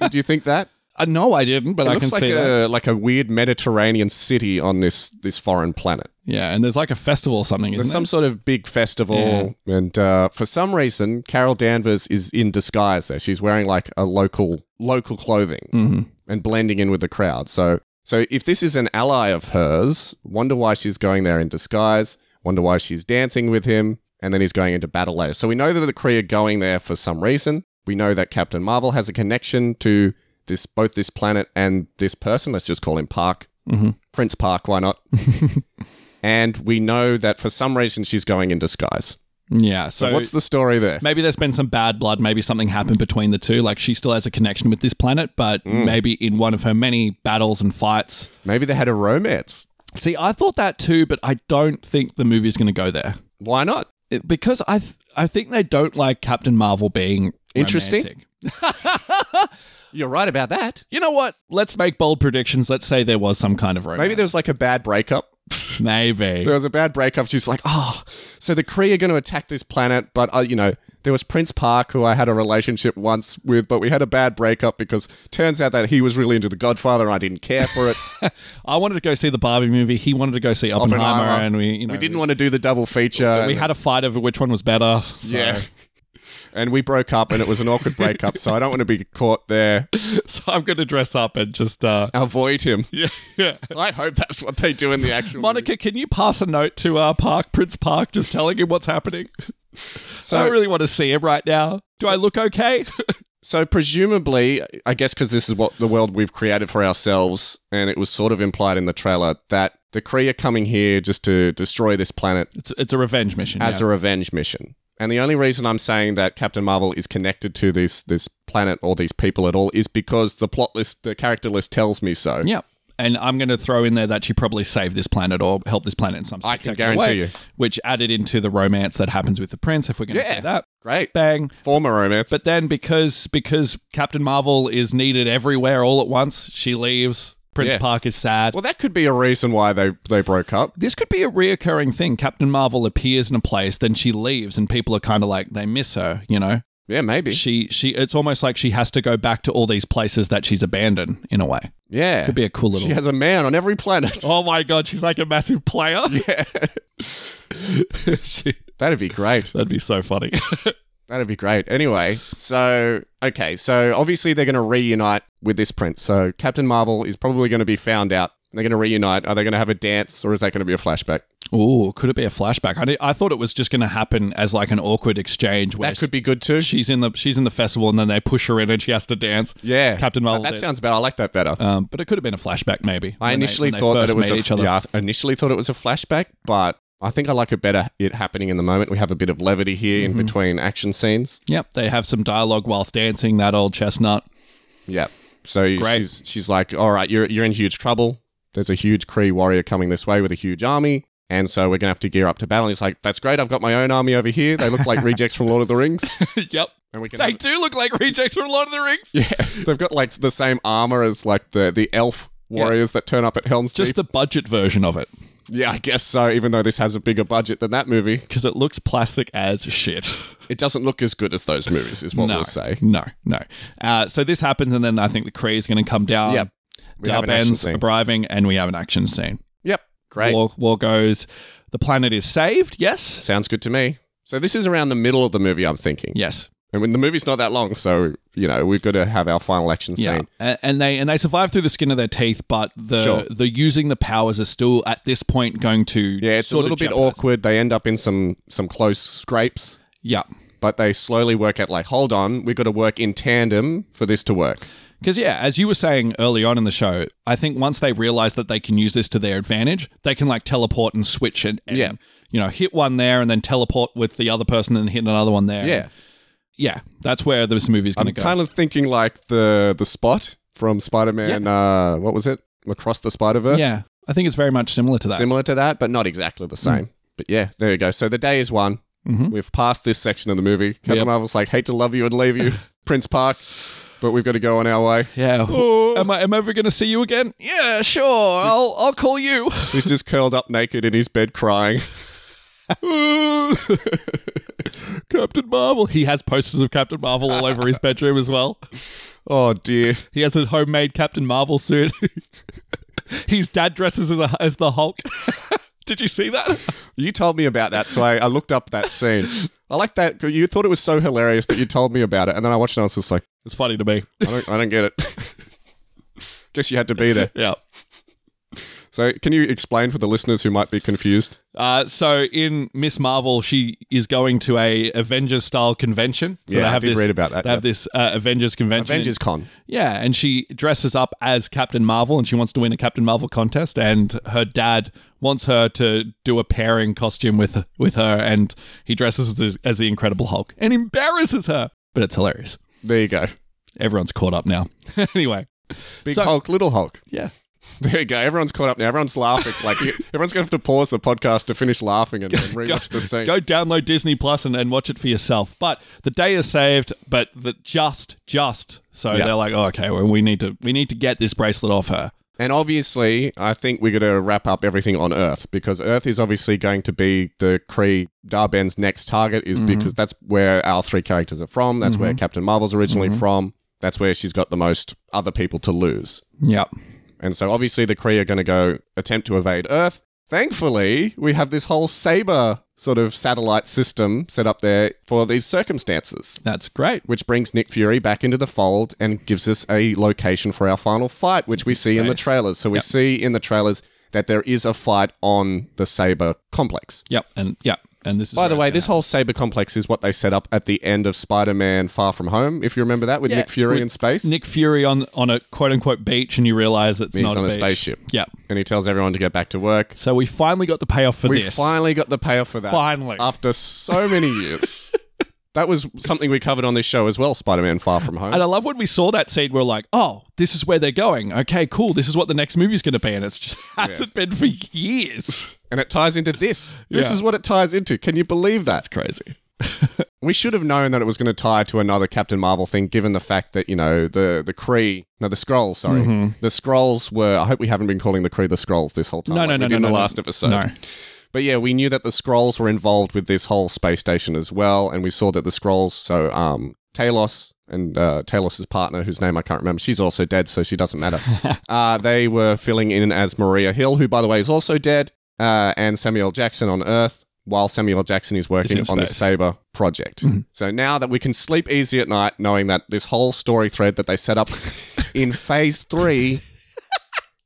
S2: Did you think that?
S3: Uh, no, I didn't, but
S2: It
S3: I can
S2: looks like
S3: see that.
S2: a like a weird Mediterranean city on this this foreign planet.
S3: Yeah, and there's like a festival or something, isn't
S2: There's some sort of big festival, and uh, for some reason, Carol Danvers is in disguise there. She's wearing like a local local clothing
S3: there? Mm-hmm.
S2: and blending in with the crowd. So, so if this is an ally of hers, wonder why she's going there in disguise. Wonder why she's dancing with him, and then he's going into battle later. So we know that the Kree are going there for some reason. We know that Captain Marvel has a connection to this both this planet and this person. Let's just call him Park.
S3: Mhm.
S2: Prince Park, why not? and we know that for some reason she's going in disguise.
S3: Yeah. So,
S2: So, what's the story there?
S3: maybe there's been some bad blood. Maybe something happened between the two. Like she still has a connection with this planet, but
S2: Mm.
S3: maybe in one of her many battles and fights.
S2: Maybe they had a romance.
S3: See, I thought that too, but I don't think the movie's going to go there
S2: Why not?
S3: It- because I th- I think they don't like Captain Marvel being
S2: Interesting.
S3: romantic.
S2: You're right about that.
S3: You know what? Let's make bold predictions. Let's say there was some kind of romance.
S2: Maybe there's like a bad breakup.
S3: Maybe.
S2: There was a bad breakup. She's like, oh, so the Kree are going to attack this planet, but uh, you know, there was Prince Park who I had a relationship once with, but we had a bad breakup because turns out that he was really into The Godfather and I didn't care for it.
S3: I wanted to go see the Barbie movie. He wanted to go see Oppenheimer,
S2: Oppenheimer.
S3: and we, you know,
S2: we didn't want to do the double feature.
S3: we had a fight over which one was better. so-
S2: yeah. And we broke up, and it was an awkward breakup. So I don't want to be caught there.
S3: So I'm going to dress up and just. uh
S2: Avoid him.
S3: Yeah. yeah.
S2: I hope that's what they do in the actual.
S3: Monica, can you pass a note to uh, Park Prince Park, just telling him what's happening?
S2: movie.
S3: I
S2: so
S3: don't really want to see him right now. Do I look okay?
S2: So presumably, I guess because this is what the world we've created for ourselves, and it was sort of implied in the trailer that the Kree are coming here just to destroy this planet
S3: it's it's a revenge mission.
S2: as a revenge mission. And the only reason I'm saying that Captain Marvel is connected to this this planet or these people at all is because the plot list, the character list tells me so.
S3: yeah. And I'm going to throw in there that she probably saved this planet or helped this planet in some
S2: I can
S3: spectacular
S2: guarantee
S3: way,
S2: you.
S3: Which added into the romance that happens with the prince, if we're going to
S2: Yeah.
S3: say that.
S2: Great.
S3: Bang.
S2: Former romance.
S3: But then because because Captain Marvel is needed everywhere all at once, she leaves. Prince
S2: Yeah.
S3: Park is sad.
S2: well, that could be a reason why they, they broke up.
S3: this could be a reoccurring thing. Captain Marvel appears in a place, then she leaves, and people are kind of like they miss her. You know,
S2: Yeah, maybe.
S3: she she it's almost like she has to go back to all these places that she's abandoned in a way.
S2: Yeah.
S3: Could be a cool little.
S2: she has a man on every planet.
S3: oh my god, she's like a massive player. Oh.
S2: That'd be great.
S3: That'd be so funny.
S2: That'd be great. Anyway, so okay, so obviously they're going to reunite with this prince. So Captain Marvel is probably going to be found out. They're going to reunite. Are they going to have a dance, or is that going to be a flashback?
S3: Ooh, could it be a flashback? I, did- I thought it was just going to happen as like an awkward exchange where
S2: That could be good too.
S3: she's in the she's in the festival and then they push her in and she has to dance.
S2: yeah,
S3: Captain Marvel
S2: That
S3: did.
S2: sounds better. I like that better.
S3: Um, but it could have been a flashback, maybe.
S2: I
S3: when they-
S2: initially
S3: when they
S2: thought that
S3: first
S2: it was
S3: met
S2: a,
S3: each other.
S2: yeah, I initially thought it was a flashback, but I think I like it better. It happening in the moment. We have a bit of levity here in between action scenes.
S3: Yep, they have some dialogue whilst dancing. That old chestnut.
S2: Yeah. So she's she's like, all right, you're you're in huge trouble. There's a huge Kree warrior coming this way with a huge army, and so we're gonna have to gear up to battle. And he's like, that's great. I've got my own army over here. They look like rejects from Lord of the Rings,
S3: yep,
S2: and we can.
S3: they
S2: have-
S3: do look like rejects from Lord of the Rings.
S2: yeah, they've got like the same armor as like the the elf warriors that turn up at Helm's Deep.
S3: Just the budget version of it,
S2: yeah, I guess so. Even though this has a bigger budget than that movie,
S3: because it looks plastic as shit.
S2: it doesn't look as good as those movies. Is what
S3: no,
S2: we'll say.
S3: no, no. Uh, so this happens, and then I think the Kree is going to come down.
S2: Yep. We have
S3: Darb
S2: an action
S3: ends
S2: scene.
S3: arriving, and we have an action scene.
S2: Yep, great.
S3: War, war goes. The planet is saved. Yes,
S2: Sounds good to me. So this is around the middle of the movie. I'm thinking.
S3: yes.
S2: And when the movie's not that long, so you know we've got to have our final action scene.
S3: Yeah, A- and they and they survive through the skin of their teeth, but the
S2: Sure.
S3: the using the powers are still at this point going to
S2: Yeah, it's
S3: sort
S2: a
S3: of
S2: little bit
S3: jeopardize-
S2: awkward. They end up in some some close scrapes,
S3: Yeah,
S2: but they slowly work out like, hold on, we've got to work in tandem for this to work.
S3: because yeah, as you were saying early on in the show, I think once they realize that they can use this to their advantage, they can like teleport and switch and, and
S2: Yeah.
S3: you know hit one there and then teleport with the other person and hit another one there.
S2: Yeah,
S3: yeah, that's where this movie's going to
S2: I'm
S3: go.
S2: kind of thinking like the the spot from Spider Man. Uh, what was it? Across the Spider Verse.
S3: yeah, Hmm. I think it's very much similar to that.
S2: similar to that, but not exactly the same. But yeah, there you go. So the day is won.
S3: Mhm.
S2: We've passed this section of the movie. Captain
S3: Yep.
S2: Marvel's like, hate to love you and leave you, Prince Park, but we've got to go on our way.
S3: yeah.
S2: Oh.
S3: Am I, am I ever going to see you again? Yeah, sure. I'll I'll call you.
S2: He's just curled up naked in his bed crying.
S3: Captain Marvel. He has posters of Captain Marvel all over his bedroom as well.
S2: Oh dear.
S3: He has a homemade Captain Marvel suit. his dad dresses as, a, as the Hulk. Did you see that?
S2: You told me about that, so I, I looked up that scene. I like that. 'cause You thought it was so hilarious that you told me about it, and then I watched it and I was just like,
S3: It's funny to me.
S2: I don't, I don't get it. Guess you had to be there.
S3: Yeah.
S2: So, can you explain for the listeners who might be confused?
S3: Uh, so in Miss Marvel, she is going to a Avengers style convention. So
S2: Yeah,
S3: they
S2: I
S3: have
S2: did
S3: this,
S2: read about that,
S3: They have this uh, Avengers convention.
S2: Avengers Con.
S3: Yeah, and she dresses up as Captain Marvel and she wants to win a Captain Marvel contest. And her dad wants her to do a pairing costume with with her, and he dresses as, as the Incredible Hulk and embarrasses her. But it's hilarious.
S2: There you go.
S3: Everyone's caught up now. anyway,
S2: Big
S3: So-
S2: Hulk, little Hulk.
S3: yeah.
S2: There you go. Everyone's caught up now. Everyone's laughing. Like you- everyone's going to have to pause the podcast to finish laughing and, and rewatch the scene.
S3: Go download Disney Plus and, and watch it for yourself. But the day is saved, but the just, just. So
S2: Yeah.
S3: they're like, oh, okay, well, we need to we need to get this bracelet off her.
S2: And obviously, I think we're going to wrap up everything on Earth because Earth is obviously going to be the Kree Darben's next target, is because that's where our three characters are from. That's where Captain Marvel's originally from. That's where she's got the most other people to lose.
S3: Yep.
S2: And so obviously, the Kree are going to go attempt to evade Earth. Thankfully, we have this whole Saber sort of satellite system set up there for these circumstances.
S3: That's great.
S2: Which brings Nick Fury back into the fold and gives us a location for our final fight, which we see in the
S3: Space.
S2: trailers. So we see in the trailers that there is a fight on the Saber complex.
S3: Yep. And yep. And this is
S2: By the
S3: where
S2: way,
S3: it's
S2: this whole Saber complex is what they set up at the end of Spider Man Far From Home, if you remember that, with
S3: Yeah,
S2: Nick Fury
S3: with
S2: in space.
S3: gonna- Nick Fury on on a quote unquote beach, and you realize it's
S2: He's
S3: not
S2: on a
S3: beach.
S2: spaceship.
S3: Yep.
S2: And he tells everyone to get back to work.
S3: So we finally got the payoff for
S2: We
S3: this.
S2: finally got the payoff for that.
S3: Finally.
S2: After so many years. that was something we covered on this show as well Spider Man Far From Home.
S3: and I love when we saw that scene. We're like, "Oh, this is where they're going. Okay, cool. This is what the next movie's going to be." And it's just hasn't been for years.
S2: And it ties into this. This
S3: Yeah.
S2: is what it ties into. Can you believe that?
S3: It's crazy.
S2: We should have known that it was going to tie to another Captain Marvel thing, given the fact that you know the the Kree, no, the Scrolls, sorry,
S3: Mm-hmm.
S2: the Scrolls were. I hope we haven't been calling the Kree the Scrolls this whole time.
S3: No,
S2: like
S3: no,
S2: we
S3: no,
S2: did
S3: no,
S2: in
S3: no,
S2: the
S3: no.
S2: last episode.
S3: No.
S2: But yeah, we knew that the Scrolls were involved with this whole space station as well, and we saw that the Scrolls. So um, Talos and uh, Talos's partner, whose name I can't remember, she's also dead, so she doesn't matter. uh, they were filling in as Maria Hill, who by the way is also dead, uh, and Samuel Jackson on Earth. While Samuel L. Jackson is working
S3: He's in
S2: on the
S3: space. Mm-hmm.
S2: Saber project, so now that we can sleep easy at night, knowing that this whole story thread that they set up in Phase Three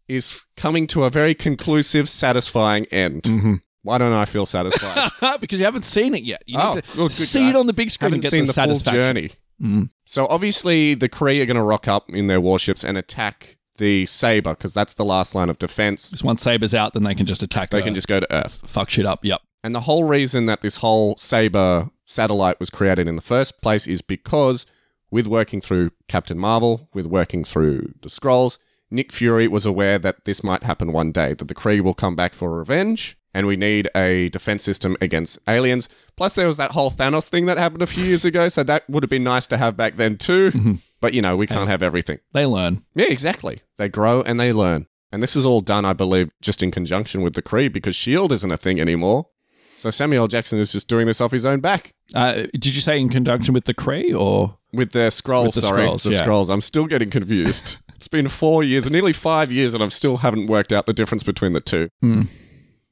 S2: is coming to a very conclusive, satisfying end. Why don't I feel satisfied?
S3: because you haven't seen it yet. You
S2: Oh,
S3: need to
S2: well, good
S3: see
S2: guy.
S3: it on the big screen
S2: Haven't
S3: and get
S2: seen
S3: the,
S2: the, full
S3: satisfaction. Mm.
S2: journey. So obviously, the Kree are going to rock up in their warships and attack the Saber because that's the last line of defense.
S3: Because once Saber's out, then they can just attack.
S2: They can just go to Earth.
S3: fuck shit up. Yep.
S2: And the whole reason that this whole Saber satellite was created in the first place is because, with working through Captain Marvel, with working through the Scrolls, Nick Fury was aware that this might happen one day, that the Kree will come back for revenge, and we need a defense system against aliens. Plus, there was that whole Thanos thing that happened a few years ago, so that would have been nice to have back then too. But you know, we can't have everything.
S3: They learn.
S2: Yeah, exactly. They grow and they learn. And this is all done, I believe, just in conjunction with the Kree because S.H.I.E.L.D. E isn't a thing anymore. So Samuel L. Jackson is just doing this off his own back
S3: Uh, did you say in conjunction with the Kree or?
S2: with the scrolls.
S3: With the
S2: sorry,
S3: Skrulls,
S2: the
S3: yeah.
S2: scrolls. I'm still getting confused. it's been four years, nearly five years, and I still haven't worked out the difference between the two.
S3: Hmm.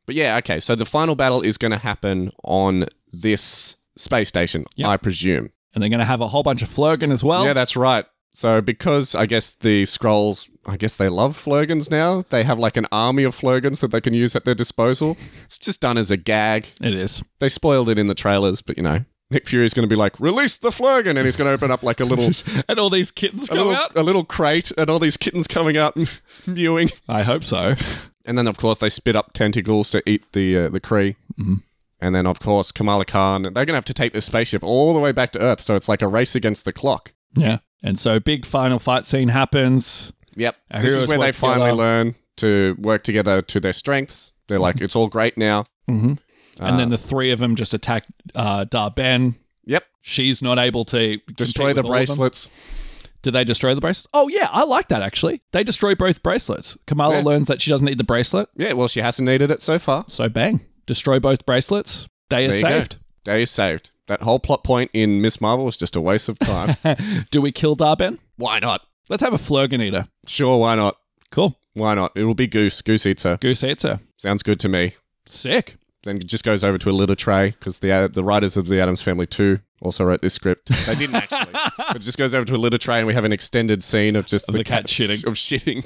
S2: But yeah, okay. So the final battle is going to happen on this space station,
S3: Yep.
S2: I presume.
S3: And they're going to have a whole bunch of Flurgan as well.
S2: Yeah, that's right. So because I guess the scrolls, I guess they love flurgans now. They have like an army of flurgans that they can use at their disposal. It's just done as a gag.
S3: it is.
S2: They spoiled it in the trailers, but you know, Nick Fury's going to be like, "Release the flurgan," and he's going to open up like a little,
S3: And all these kittens
S2: a
S3: come
S2: little,
S3: out.
S2: a little crate, and all these kittens coming out and mewing.
S3: I hope so.
S2: And then, of course, they spit up tentacles to eat the uh, the Kree.
S3: Mm-hmm.
S2: And then, of course, Kamala Khan. They're going to have to take this spaceship all the way back to Earth, so it's like a race against the clock.
S3: Yeah. And so big final fight scene happens.
S2: Yep.
S3: Our
S2: this is
S3: heroes
S2: where they
S3: work together.
S2: finally learn to work together to their strengths. They're like, it's all great now.
S3: Mm-hmm.
S2: Uh,
S3: and then the three of them just attack uh, Darben.
S2: Yep.
S3: She's not able to
S2: Destroy the
S3: bracelet.
S2: bracelets.
S3: Did they destroy the bracelets? Oh yeah, I like that actually. They destroy both bracelets. Kamala
S2: Yeah.
S3: learns that she doesn't need the bracelet,
S2: Yeah, well, she hasn't needed it so far.
S3: so bang, destroy both bracelets. They are
S2: There you go.
S3: saved.
S2: Day is saved. That whole plot point in Miss Marvel was just a waste of time.
S3: Do we kill Darben?
S2: why not?
S3: Let's have a Flurgan eater.
S2: Sure, why not?
S3: Cool.
S2: Why not? It'll be Goose. Goose eats her.
S3: Goose eats her.
S2: Sounds good to me.
S3: Sick.
S2: Then it just goes over to a litter tray because the uh, the writers of the Adams Family too also wrote this script. They didn't actually. but it just goes over to a litter tray, and we have an extended scene of just
S3: Of the cat shitting.
S2: of shitting.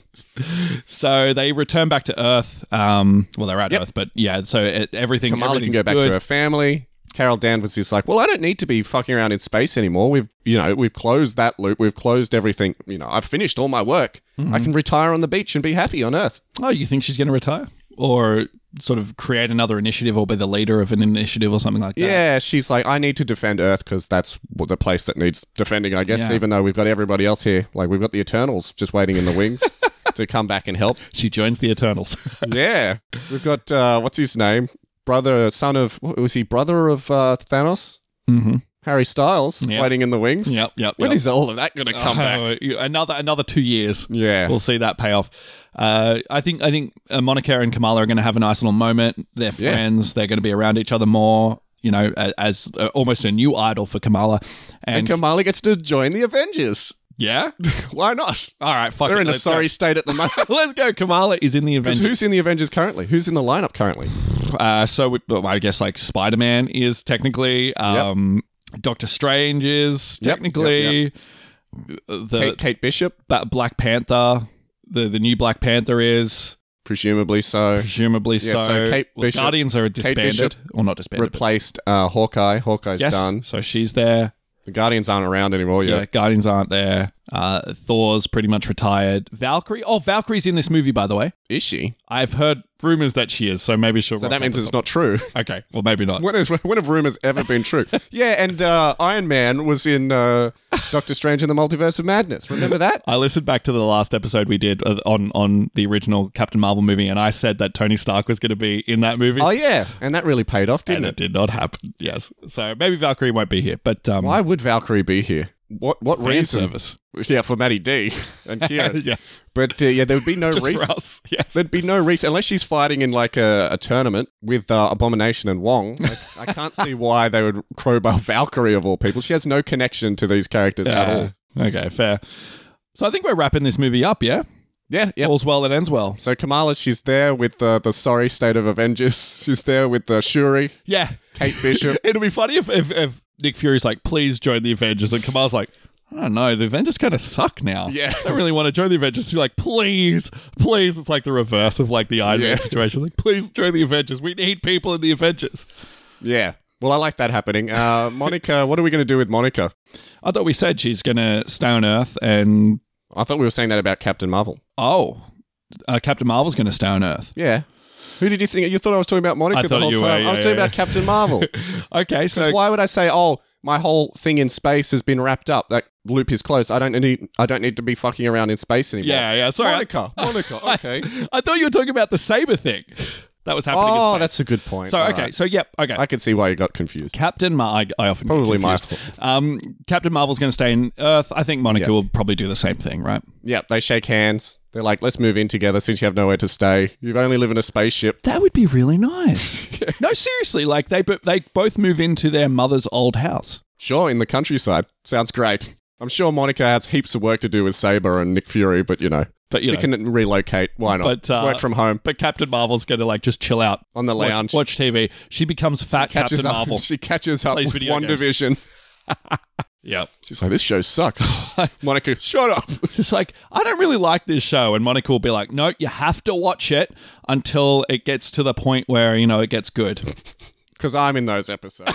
S3: So they return back to Earth. Um, well, they're at
S2: Yep.
S3: Earth, but yeah. So it, everything.
S2: Kamala can
S3: everything's
S2: go back
S3: good.
S2: to her family. Carol Danvers is like, well, I don't need to be fucking around in space anymore. We've, you know, we've closed that loop. We've closed everything.
S3: Mm-hmm.
S2: You know, I've finished all my work. I can retire on the beach and be happy on Earth.
S3: Oh, you think she's going to retire? or sort of create another initiative or be the leader of an initiative or something like that.
S2: Yeah, she's like, I need to defend Earth because that's w- the place that needs defending, I guess,
S3: Yeah.
S2: even though we've got everybody else here. Like, we've got the Eternals just waiting in the wings to come back and help.
S3: She joins the Eternals.
S2: Yeah. We've got, uh, what's his name? Brother, son of, what, was he brother of uh, Thanos?
S3: mm-hmm.
S2: Harry Styles
S3: Yep.
S2: waiting in the wings.
S3: Yep, yep,
S2: When
S3: yep.
S2: is all of that going to come back?
S3: Uh, you- another another two years.
S2: Yeah.
S3: We'll see that payoff. Uh, I think I think uh, Monica and Kamala are going to have a nice little moment. They're
S2: Yeah.
S3: friends. They're going to be around each other more. You know, a- as uh, almost a new idol for Kamala. And,
S2: and Kamala gets to join the Avengers.
S3: yeah,
S2: Why not?
S3: all right, fuck.
S2: They're
S3: it,
S2: in a
S3: let's go.
S2: sorry state at the moment.
S3: Let's go. Kamala is in the
S2: Because
S3: Avengers.
S2: who's in the Avengers currently? Who's in the lineup currently?
S3: Uh, so we, well, I guess like Spider Man is technically. Um, Doctor Strange is
S2: Yep,
S3: technically. The
S2: Kate, Kate Bishop,
S3: Ba- Black Panther. The the new Black Panther is
S2: presumably so.
S3: presumably
S2: Yeah,
S3: so.
S2: so Kate
S3: Well,
S2: Bishop-
S3: Guardians are
S2: Bishop
S3: disbanded, or not disbanded. but-
S2: Replaced uh, Hawkeye. Hawkeye's
S3: yes,
S2: done.
S3: so she's there.
S2: The Guardians aren't around anymore
S3: Yeah.
S2: yet.
S3: Guardians aren't there. Uh, Thor's pretty much retired. Valkyrie. Oh, Valkyrie's in this movie, by the way.
S2: Is she?
S3: I've heard rumors that she is, so maybe she'll.
S2: So that means it's not true.
S3: okay. Well, maybe not.
S2: When, is, when have rumors ever been true? yeah, and uh, Iron Man was in uh, Doctor Strange in the Multiverse of Madness. Remember that?
S3: I listened back to the last episode we did uh, on on the original Captain Marvel movie, and I said that Tony Stark was going to be in that movie,
S2: Oh yeah, and that really paid off,
S3: and
S2: didn't
S3: it
S2: it?
S3: did not happen. Yes, so maybe Valkyrie won't be here, but um,
S2: Why would Valkyrie be here? What what
S3: fan
S2: reason?
S3: service.
S2: Yeah, for Maddie D and Kieran.
S3: yes.
S2: but uh, yeah, there would be no
S3: Just
S2: reason.
S3: for us. Yes.
S2: There'd be no reason unless she's fighting in like a, a tournament with uh, Abomination and Wong. Like, I can't see why they would crowbar Valkyrie of all people. She has no connection to these characters at all.
S3: Uh, Okay, fair. So I think we're wrapping this movie up, yeah?
S2: Yeah, yeah.
S3: All's well that ends well.
S2: So Kamala, she's there with the the sorry state of Avengers. She's there with the Shuri,
S3: Yeah.
S2: Kate Bishop.
S3: It'll be funny if, if, if Nick Fury's like, please join the Avengers. And Kamala's like, I don't know. The Avengers kind of suck now.
S2: Yeah.
S3: I don't really want to join the Avengers. She's like, please, please. It's like the reverse of like the Iron
S2: Yeah.
S3: Man situation. Like, please join the Avengers. We need people in the Avengers.
S2: yeah. Well, I like that happening. Uh, Monica, what are we going to do with Monica?
S3: I thought we said she's going to stay on Earth and,
S2: I thought we were saying that about Captain Marvel.
S3: oh, uh, Captain Marvel's going to stay on Earth.
S2: Yeah. Who did you think? You thought I was talking about Monica
S3: I
S2: the
S3: thought
S2: whole
S3: you were,
S2: time. I
S3: yeah,
S2: was talking
S3: yeah.
S2: about Captain Marvel.
S3: Okay, so
S2: Why would I say, "Oh, my whole thing in space has been wrapped up"? That loop is closed. I don't need. I don't need to be fucking around in space anymore.
S3: Yeah, yeah. Sorry.
S2: Monica, Monica. Okay.
S3: I thought you were talking about the saber thing that was happening. in
S2: oh,
S3: space.
S2: that's a good point.
S3: so
S2: All
S3: okay.
S2: right.
S3: So yep. Okay.
S2: I can see why you got confused.
S3: Captain Mar- I, I often get
S2: Probably my
S3: confused. Um, Captain Marvel's going to stay in Earth. I think Monica will probably do the same thing, right?
S2: Yeah, they shake hands. They're like, "Let's move in together since you have nowhere to stay. You've only live in a spaceship."
S3: That would be really nice. no, seriously. Like they bo- they both move into their mother's old house.
S2: Sure, in the countryside. Sounds great. I'm sure Monica has heaps of work to do with Saber and Nick Fury, but you know,
S3: But you
S2: she
S3: know.
S2: can relocate. Why not?
S3: But, uh,
S2: Work from home
S3: But Captain Marvel's going to like just chill out
S2: on the
S3: watch,
S2: lounge.
S3: watch TV. She becomes fat
S2: catches
S3: Captain
S2: up.
S3: Marvel.
S2: She catches up
S3: Plays
S2: with
S3: video
S2: One
S3: games.
S2: Division.
S3: Yep.
S2: She's like, this show sucks. Monica, shut up.
S3: It's just like, I don't really like this show. And Monica will be like, no, you have to watch it until it gets to the point where, you know, it gets good.
S2: Because I'm in those episodes.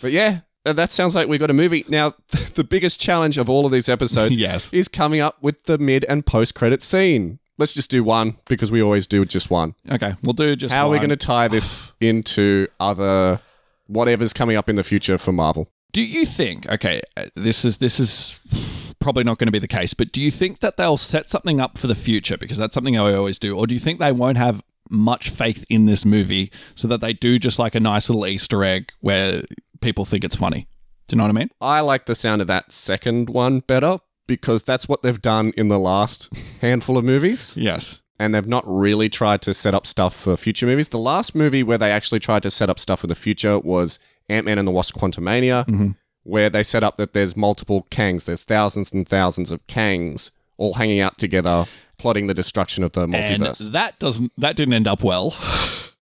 S2: but yeah, th- that sounds like we got a movie. Now, the biggest challenge of all of these episodes
S3: Yes.
S2: is coming up with the mid and post credit scene. Let's just do one because we always do just one.
S3: Okay, we'll do just
S2: How are we
S3: one.
S2: going to tie this into other whatever's coming up in the future for Marvel?
S3: Do you think, okay, uh, this is, this is probably not going to be the case, but do you think that they'll set something up for the future? Because that's something I always do. Or do you think they won't have much faith in this movie so that they do just like a nice little Easter egg where people think it's funny? Do you know what I mean?
S2: I like the sound of that second one better because that's what they've done in the last handful of movies.
S3: Yes.
S2: and they've not really tried to set up stuff for future movies. The last movie where they actually tried to set up stuff for the future was Ant Man and the Wasp Quantumania, where they set up that there's multiple Kangs, there's thousands and thousands of Kangs all hanging out together, plotting the destruction of the
S3: And
S2: multiverse.
S3: that doesn't, that didn't end up well.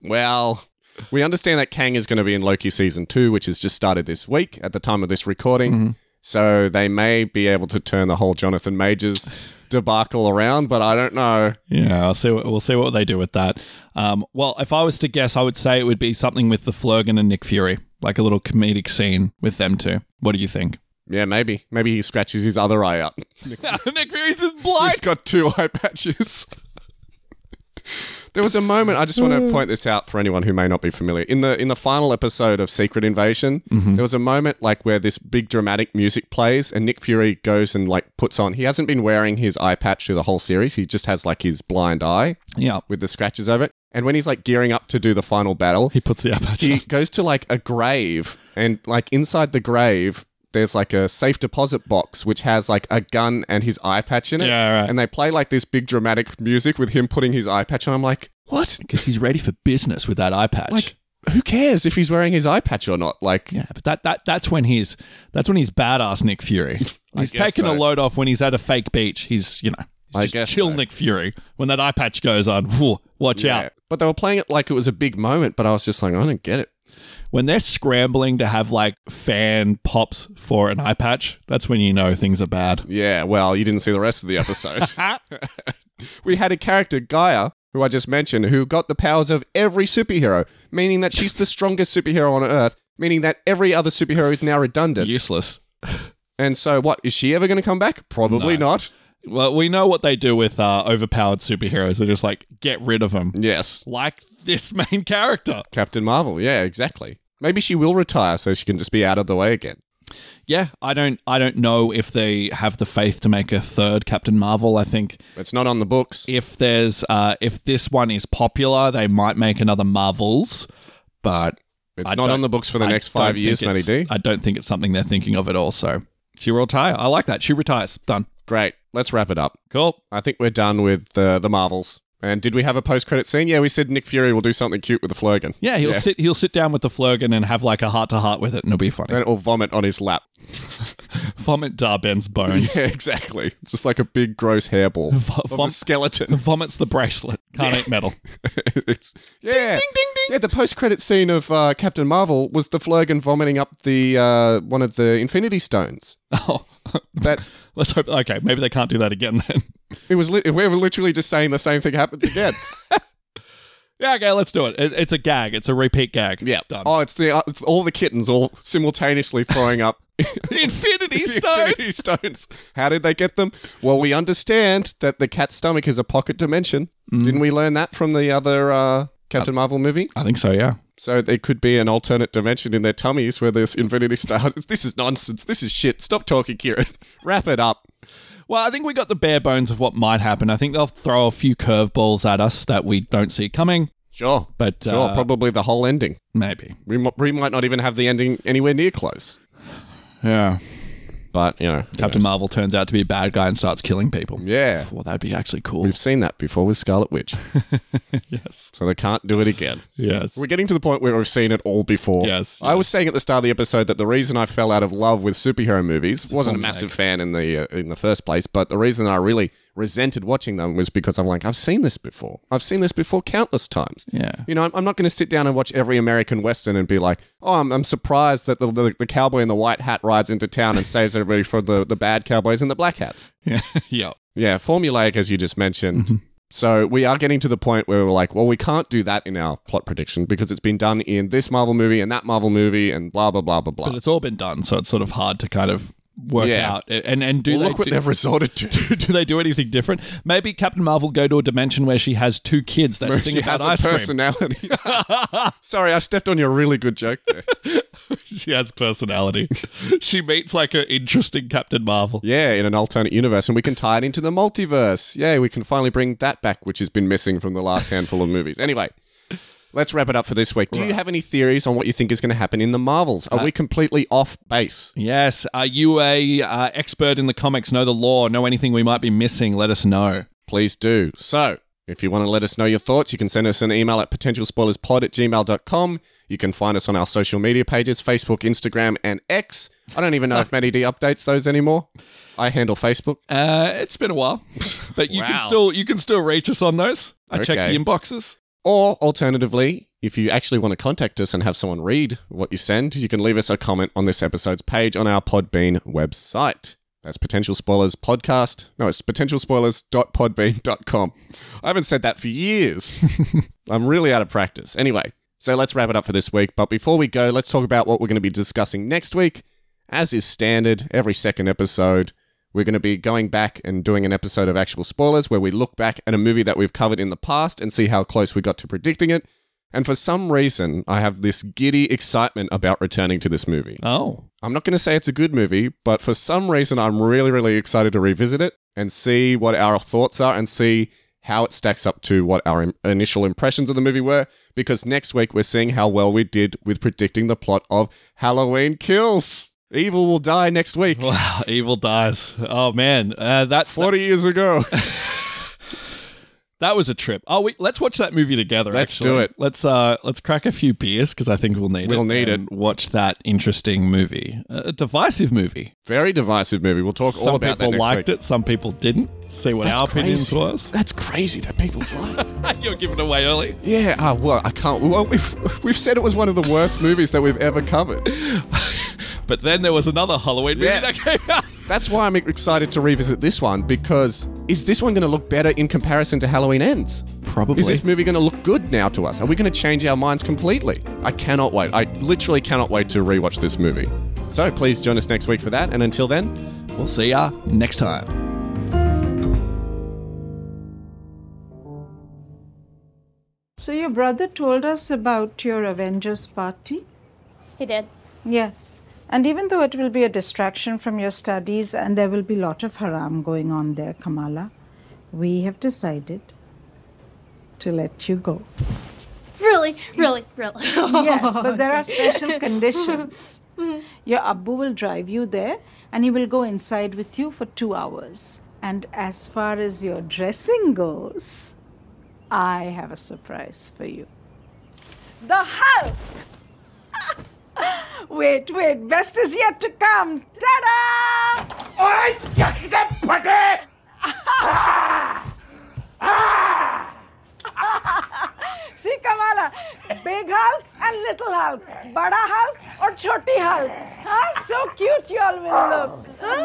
S2: well, we understand that Kang is going to be in Loki season two, which has just started this week at the time of this recording. So they may be able to turn the whole Jonathan Majors debacle around, but I don't know.
S3: Yeah, I'll see. What, we'll see what they do with that. Um, well, if I was to guess, I would say it would be something with the Flurgan and Nick Fury, like a little comedic scene with them two. What do you think?
S2: Yeah, maybe. Maybe he scratches his other eye out.
S3: Nick Fury's just blind.
S2: He's got two eye patches. There was a moment I just want to point this out for anyone who may not be familiar. In the in the final episode of Secret Invasion, there was a moment like where this big dramatic music plays and Nick Fury goes and like puts on he hasn't been wearing his eye patch through the whole series. He just has like his blind eye
S3: Yeah.
S2: with the scratches over it. And when he's like gearing up to do the final battle,
S3: He puts the aperture.
S2: he goes to like a grave and like inside the grave there's like a safe deposit box which has like a gun and his eye patch in it.
S3: Yeah, right.
S2: And they play like this big dramatic music with him putting his eye patch on. I'm like, what?
S3: Because he's ready for business with that eye patch.
S2: Like, who cares if he's wearing his eye patch or not? Like,
S3: yeah, but that, that that's when he's that's when he's badass Nick Fury. He's
S2: guess
S3: taking a
S2: so.
S3: load off when he's at a fake beach. He's you know
S2: I
S3: he's
S2: guess
S3: just chill
S2: so.
S3: Nick Fury. When that eye patch goes on, whew, watch
S2: yeah.
S3: out.
S2: But they were playing it like it was a big moment, but I was just like, I don't get it.
S3: when they're scrambling to have like fan pops for an eye patch, that's when you know things are bad.
S2: Yeah, well, you didn't see the rest of the episode. we had a character, Gaia, who I just mentioned, who got the powers of every superhero, meaning that she's the strongest superhero on Earth, meaning that every other superhero is now redundant.
S3: Useless.
S2: And so, what? Is she ever going to come back? Probably not.
S3: Well, we know what they do with uh, overpowered superheroes. They're just like, get rid of them.
S2: Yes.
S3: Like this main character.
S2: Captain Marvel. Yeah, exactly. Maybe she will retire so she can just be out of the way again.
S3: Yeah, I don't I don't know if they have the faith to make a third Captain Marvel. I think
S2: It's not on the books.
S3: if there's uh if this one is popular, they might make another Marvels, but
S2: It's
S3: I
S2: not
S3: don't-
S2: on the books for the
S3: I
S2: next
S3: don't
S2: five
S3: think
S2: years, Matty
S3: it's-
S2: D.
S3: I don't think it's something they're thinking of at all. So she will retire. I like that. She retires. Done.
S2: Great. Let's wrap it up.
S3: Cool.
S2: I think we're done with uh, the Marvels. And did we have a post-credit scene? Yeah, we said Nick Fury will do something cute with the Flurgan.
S3: Yeah, he'll
S2: Yeah.
S3: sit. He'll sit down with the Flurgan and have like a heart to heart with it, and it'll be funny.
S2: And it will vomit on his lap.
S3: Vomit Darben's bones.
S2: Yeah, exactly. It's just like a big gross hairball of
S3: vom-
S2: a skeleton.
S3: Vomits the bracelet. Can't eat metal.
S2: it's yeah, yeah. The post-credit scene of uh, Captain Marvel was the Flurgan vomiting up the uh, one of the Infinity Stones.
S3: Oh,
S2: That
S3: let's hope. Okay, maybe they can't do that again then.
S2: it was. Li- we were literally just saying the same thing happens again.
S3: Yeah, okay, let's do it. it. It's a gag. It's a repeat gag.
S2: yeah.
S3: done.
S2: Oh, it's the uh, it's all the kittens all simultaneously throwing up
S3: Infinity
S2: The
S3: Stones.
S2: Infinity Stones. How did they get them? Well, we understand that the cat's stomach is a pocket dimension. Didn't we learn that from the other uh, Captain Marvel movie?
S3: I think so. Yeah.
S2: So there could be an alternate dimension in their tummies where there's Infinity Stones. This is nonsense. This is shit. Stop talking, Kieran. Wrap it up.
S3: Well, I think we got the bare bones of what might happen. I think they'll throw a few curveballs at us that we don't see coming,
S2: Sure.
S3: but
S2: Sure,
S3: uh,
S2: probably the whole ending.
S3: maybe.
S2: We, mo- we might not even have the ending anywhere near close.
S3: Yeah.
S2: But, you know. who
S3: Captain
S2: knows?
S3: Marvel turns out to be a bad guy and starts killing people.
S2: Yeah.
S3: Well, that'd be actually cool.
S2: We've seen that before with Scarlet Witch.
S3: yes.
S2: so they can't do it again.
S3: Yes.
S2: We're getting to the point where we've seen it all before.
S3: Yes,
S2: I was saying at the start of the episode that the reason I fell out of love with superhero movies wasn't a
S3: formulaic.
S2: massive fan in the uh, in the first place, but the reason I really resented watching them was because I'm like, I've seen this before. I've seen this before countless times.
S3: Yeah.
S2: You know, I'm, I'm not going to sit down and watch every American Western and be like, oh, I'm, I'm surprised that the, the, the cowboy in the white hat rides into town and saves everybody from the, the bad cowboys and the black hats.
S3: Yeah. yeah.
S2: Yeah, formulaic, as you just mentioned.
S3: Mm-hmm.
S2: So we are getting to the point where we're like, well, we can't do that in our plot prediction because it's been done in this Marvel movie and that Marvel movie and blah blah blah blah blah.
S3: But it's all been done, so it's sort of hard to kind of work
S2: Yeah.
S3: out. And and do
S2: Well,
S3: they
S2: look what
S3: do,
S2: they've resorted to.
S3: do, do they do anything different? Maybe Captain Marvel go to a dimension where she has two kids that sing
S2: she has
S3: about
S2: a
S3: ice cream.
S2: personality. Sorry, I stepped on your really good joke there.
S3: She has personality. she meets like an interesting Captain Marvel.
S2: yeah, in an alternate universe, and we can tie it into the multiverse. Yeah, we can finally bring that back, which has been missing from the last handful of movies. Anyway. Let's wrap it up for this week. Do you have any theories on what you think is going to happen in the Marvels?
S3: Uh,
S2: Are we completely off base?
S3: Yes. Are you a uh, expert in the comics? Know the lore? Know anything we might be missing? Let us know.
S2: please do. So, if you want to let us know your thoughts, you can send us an email at potentialspoilerspod at gmail.com. You can find us on our social media pages Facebook, Instagram, and X. I don't even know if Matty D updates those anymore. I handle Facebook.
S3: Uh, it's been a while, but you
S2: Wow.
S3: can still you can still reach us on those. I check
S2: Okay.
S3: the inboxes.
S2: Or alternatively, if you actually want to contact us and have someone read what you send, you can leave us a comment on this episode's page on our Podbean website. That's Potential Spoilers Podcast. No, it's potentialspoilers.podbean.com. I haven't said that for years. I'm really out of practice. Anyway, so let's wrap it up for this week. But before we go, let's talk about what we're going to be discussing next week. As is standard, every second episode, We're going to be going back and doing an episode of actual spoilers where we look back at a movie that we've covered in the past and see how close we got to predicting it. And for some reason, I have this giddy excitement about returning to this movie.
S3: Oh.
S2: I'm not going to say it's a good movie, but for some reason, I'm really, really excited to revisit it and see what our thoughts are and see how it stacks up to what our im- initial impressions of the movie were. Because next week, we're seeing how well we did with predicting the plot of Halloween Kills. Evil will die next week.
S3: Wow, evil dies. Oh man, uh, that
S2: 40 years ago.
S3: that was a trip. Oh, we, let's watch that movie together.
S2: Let's
S3: actually.
S2: do it.
S3: Let's uh, let's crack a few beers because I think we'll need it.
S2: We'll need
S3: and Watch that interesting movie, Uh, a divisive movie.
S2: Very divisive movie. We'll talk all
S3: some
S2: about that
S3: people
S2: next
S3: liked
S2: week.
S3: it, some people didn't. See what our opinions was.
S2: That's crazy that people liked it.
S3: You're giving away early.
S2: Yeah, ah, well, I can't. Well, we've, we've said it was one of the worst movies that we've ever covered.
S3: But then there was another Halloween movie
S2: Yes.
S3: that came out.
S2: That's why I'm excited to revisit this one because is this one going to look better in comparison to Halloween Ends?
S3: Probably.
S2: Is this movie going to look good now to us? Are we going to change our minds completely? I cannot wait. I literally cannot wait to rewatch this movie. So please join us next week for that. And until then,
S3: we'll see ya next time.
S4: So your brother told us about your Avengers party?
S5: He did.
S4: Yes. And even though it will be a distraction from your studies and there will be lot of haram going on there, Kamala, we have decided to let you go.
S5: Really, really, really.
S4: Yes, but there are special conditions. Your Abbu will drive you there and he will go inside with you for two hours. And as far as your dressing goes, I have a surprise for you. The Hulk! wait, wait, best is yet to come. Ta da! See, Kamala, big Hulk and little Hulk, Bada Hulk or Choti Hulk. Huh? So cute you all will look. Huh?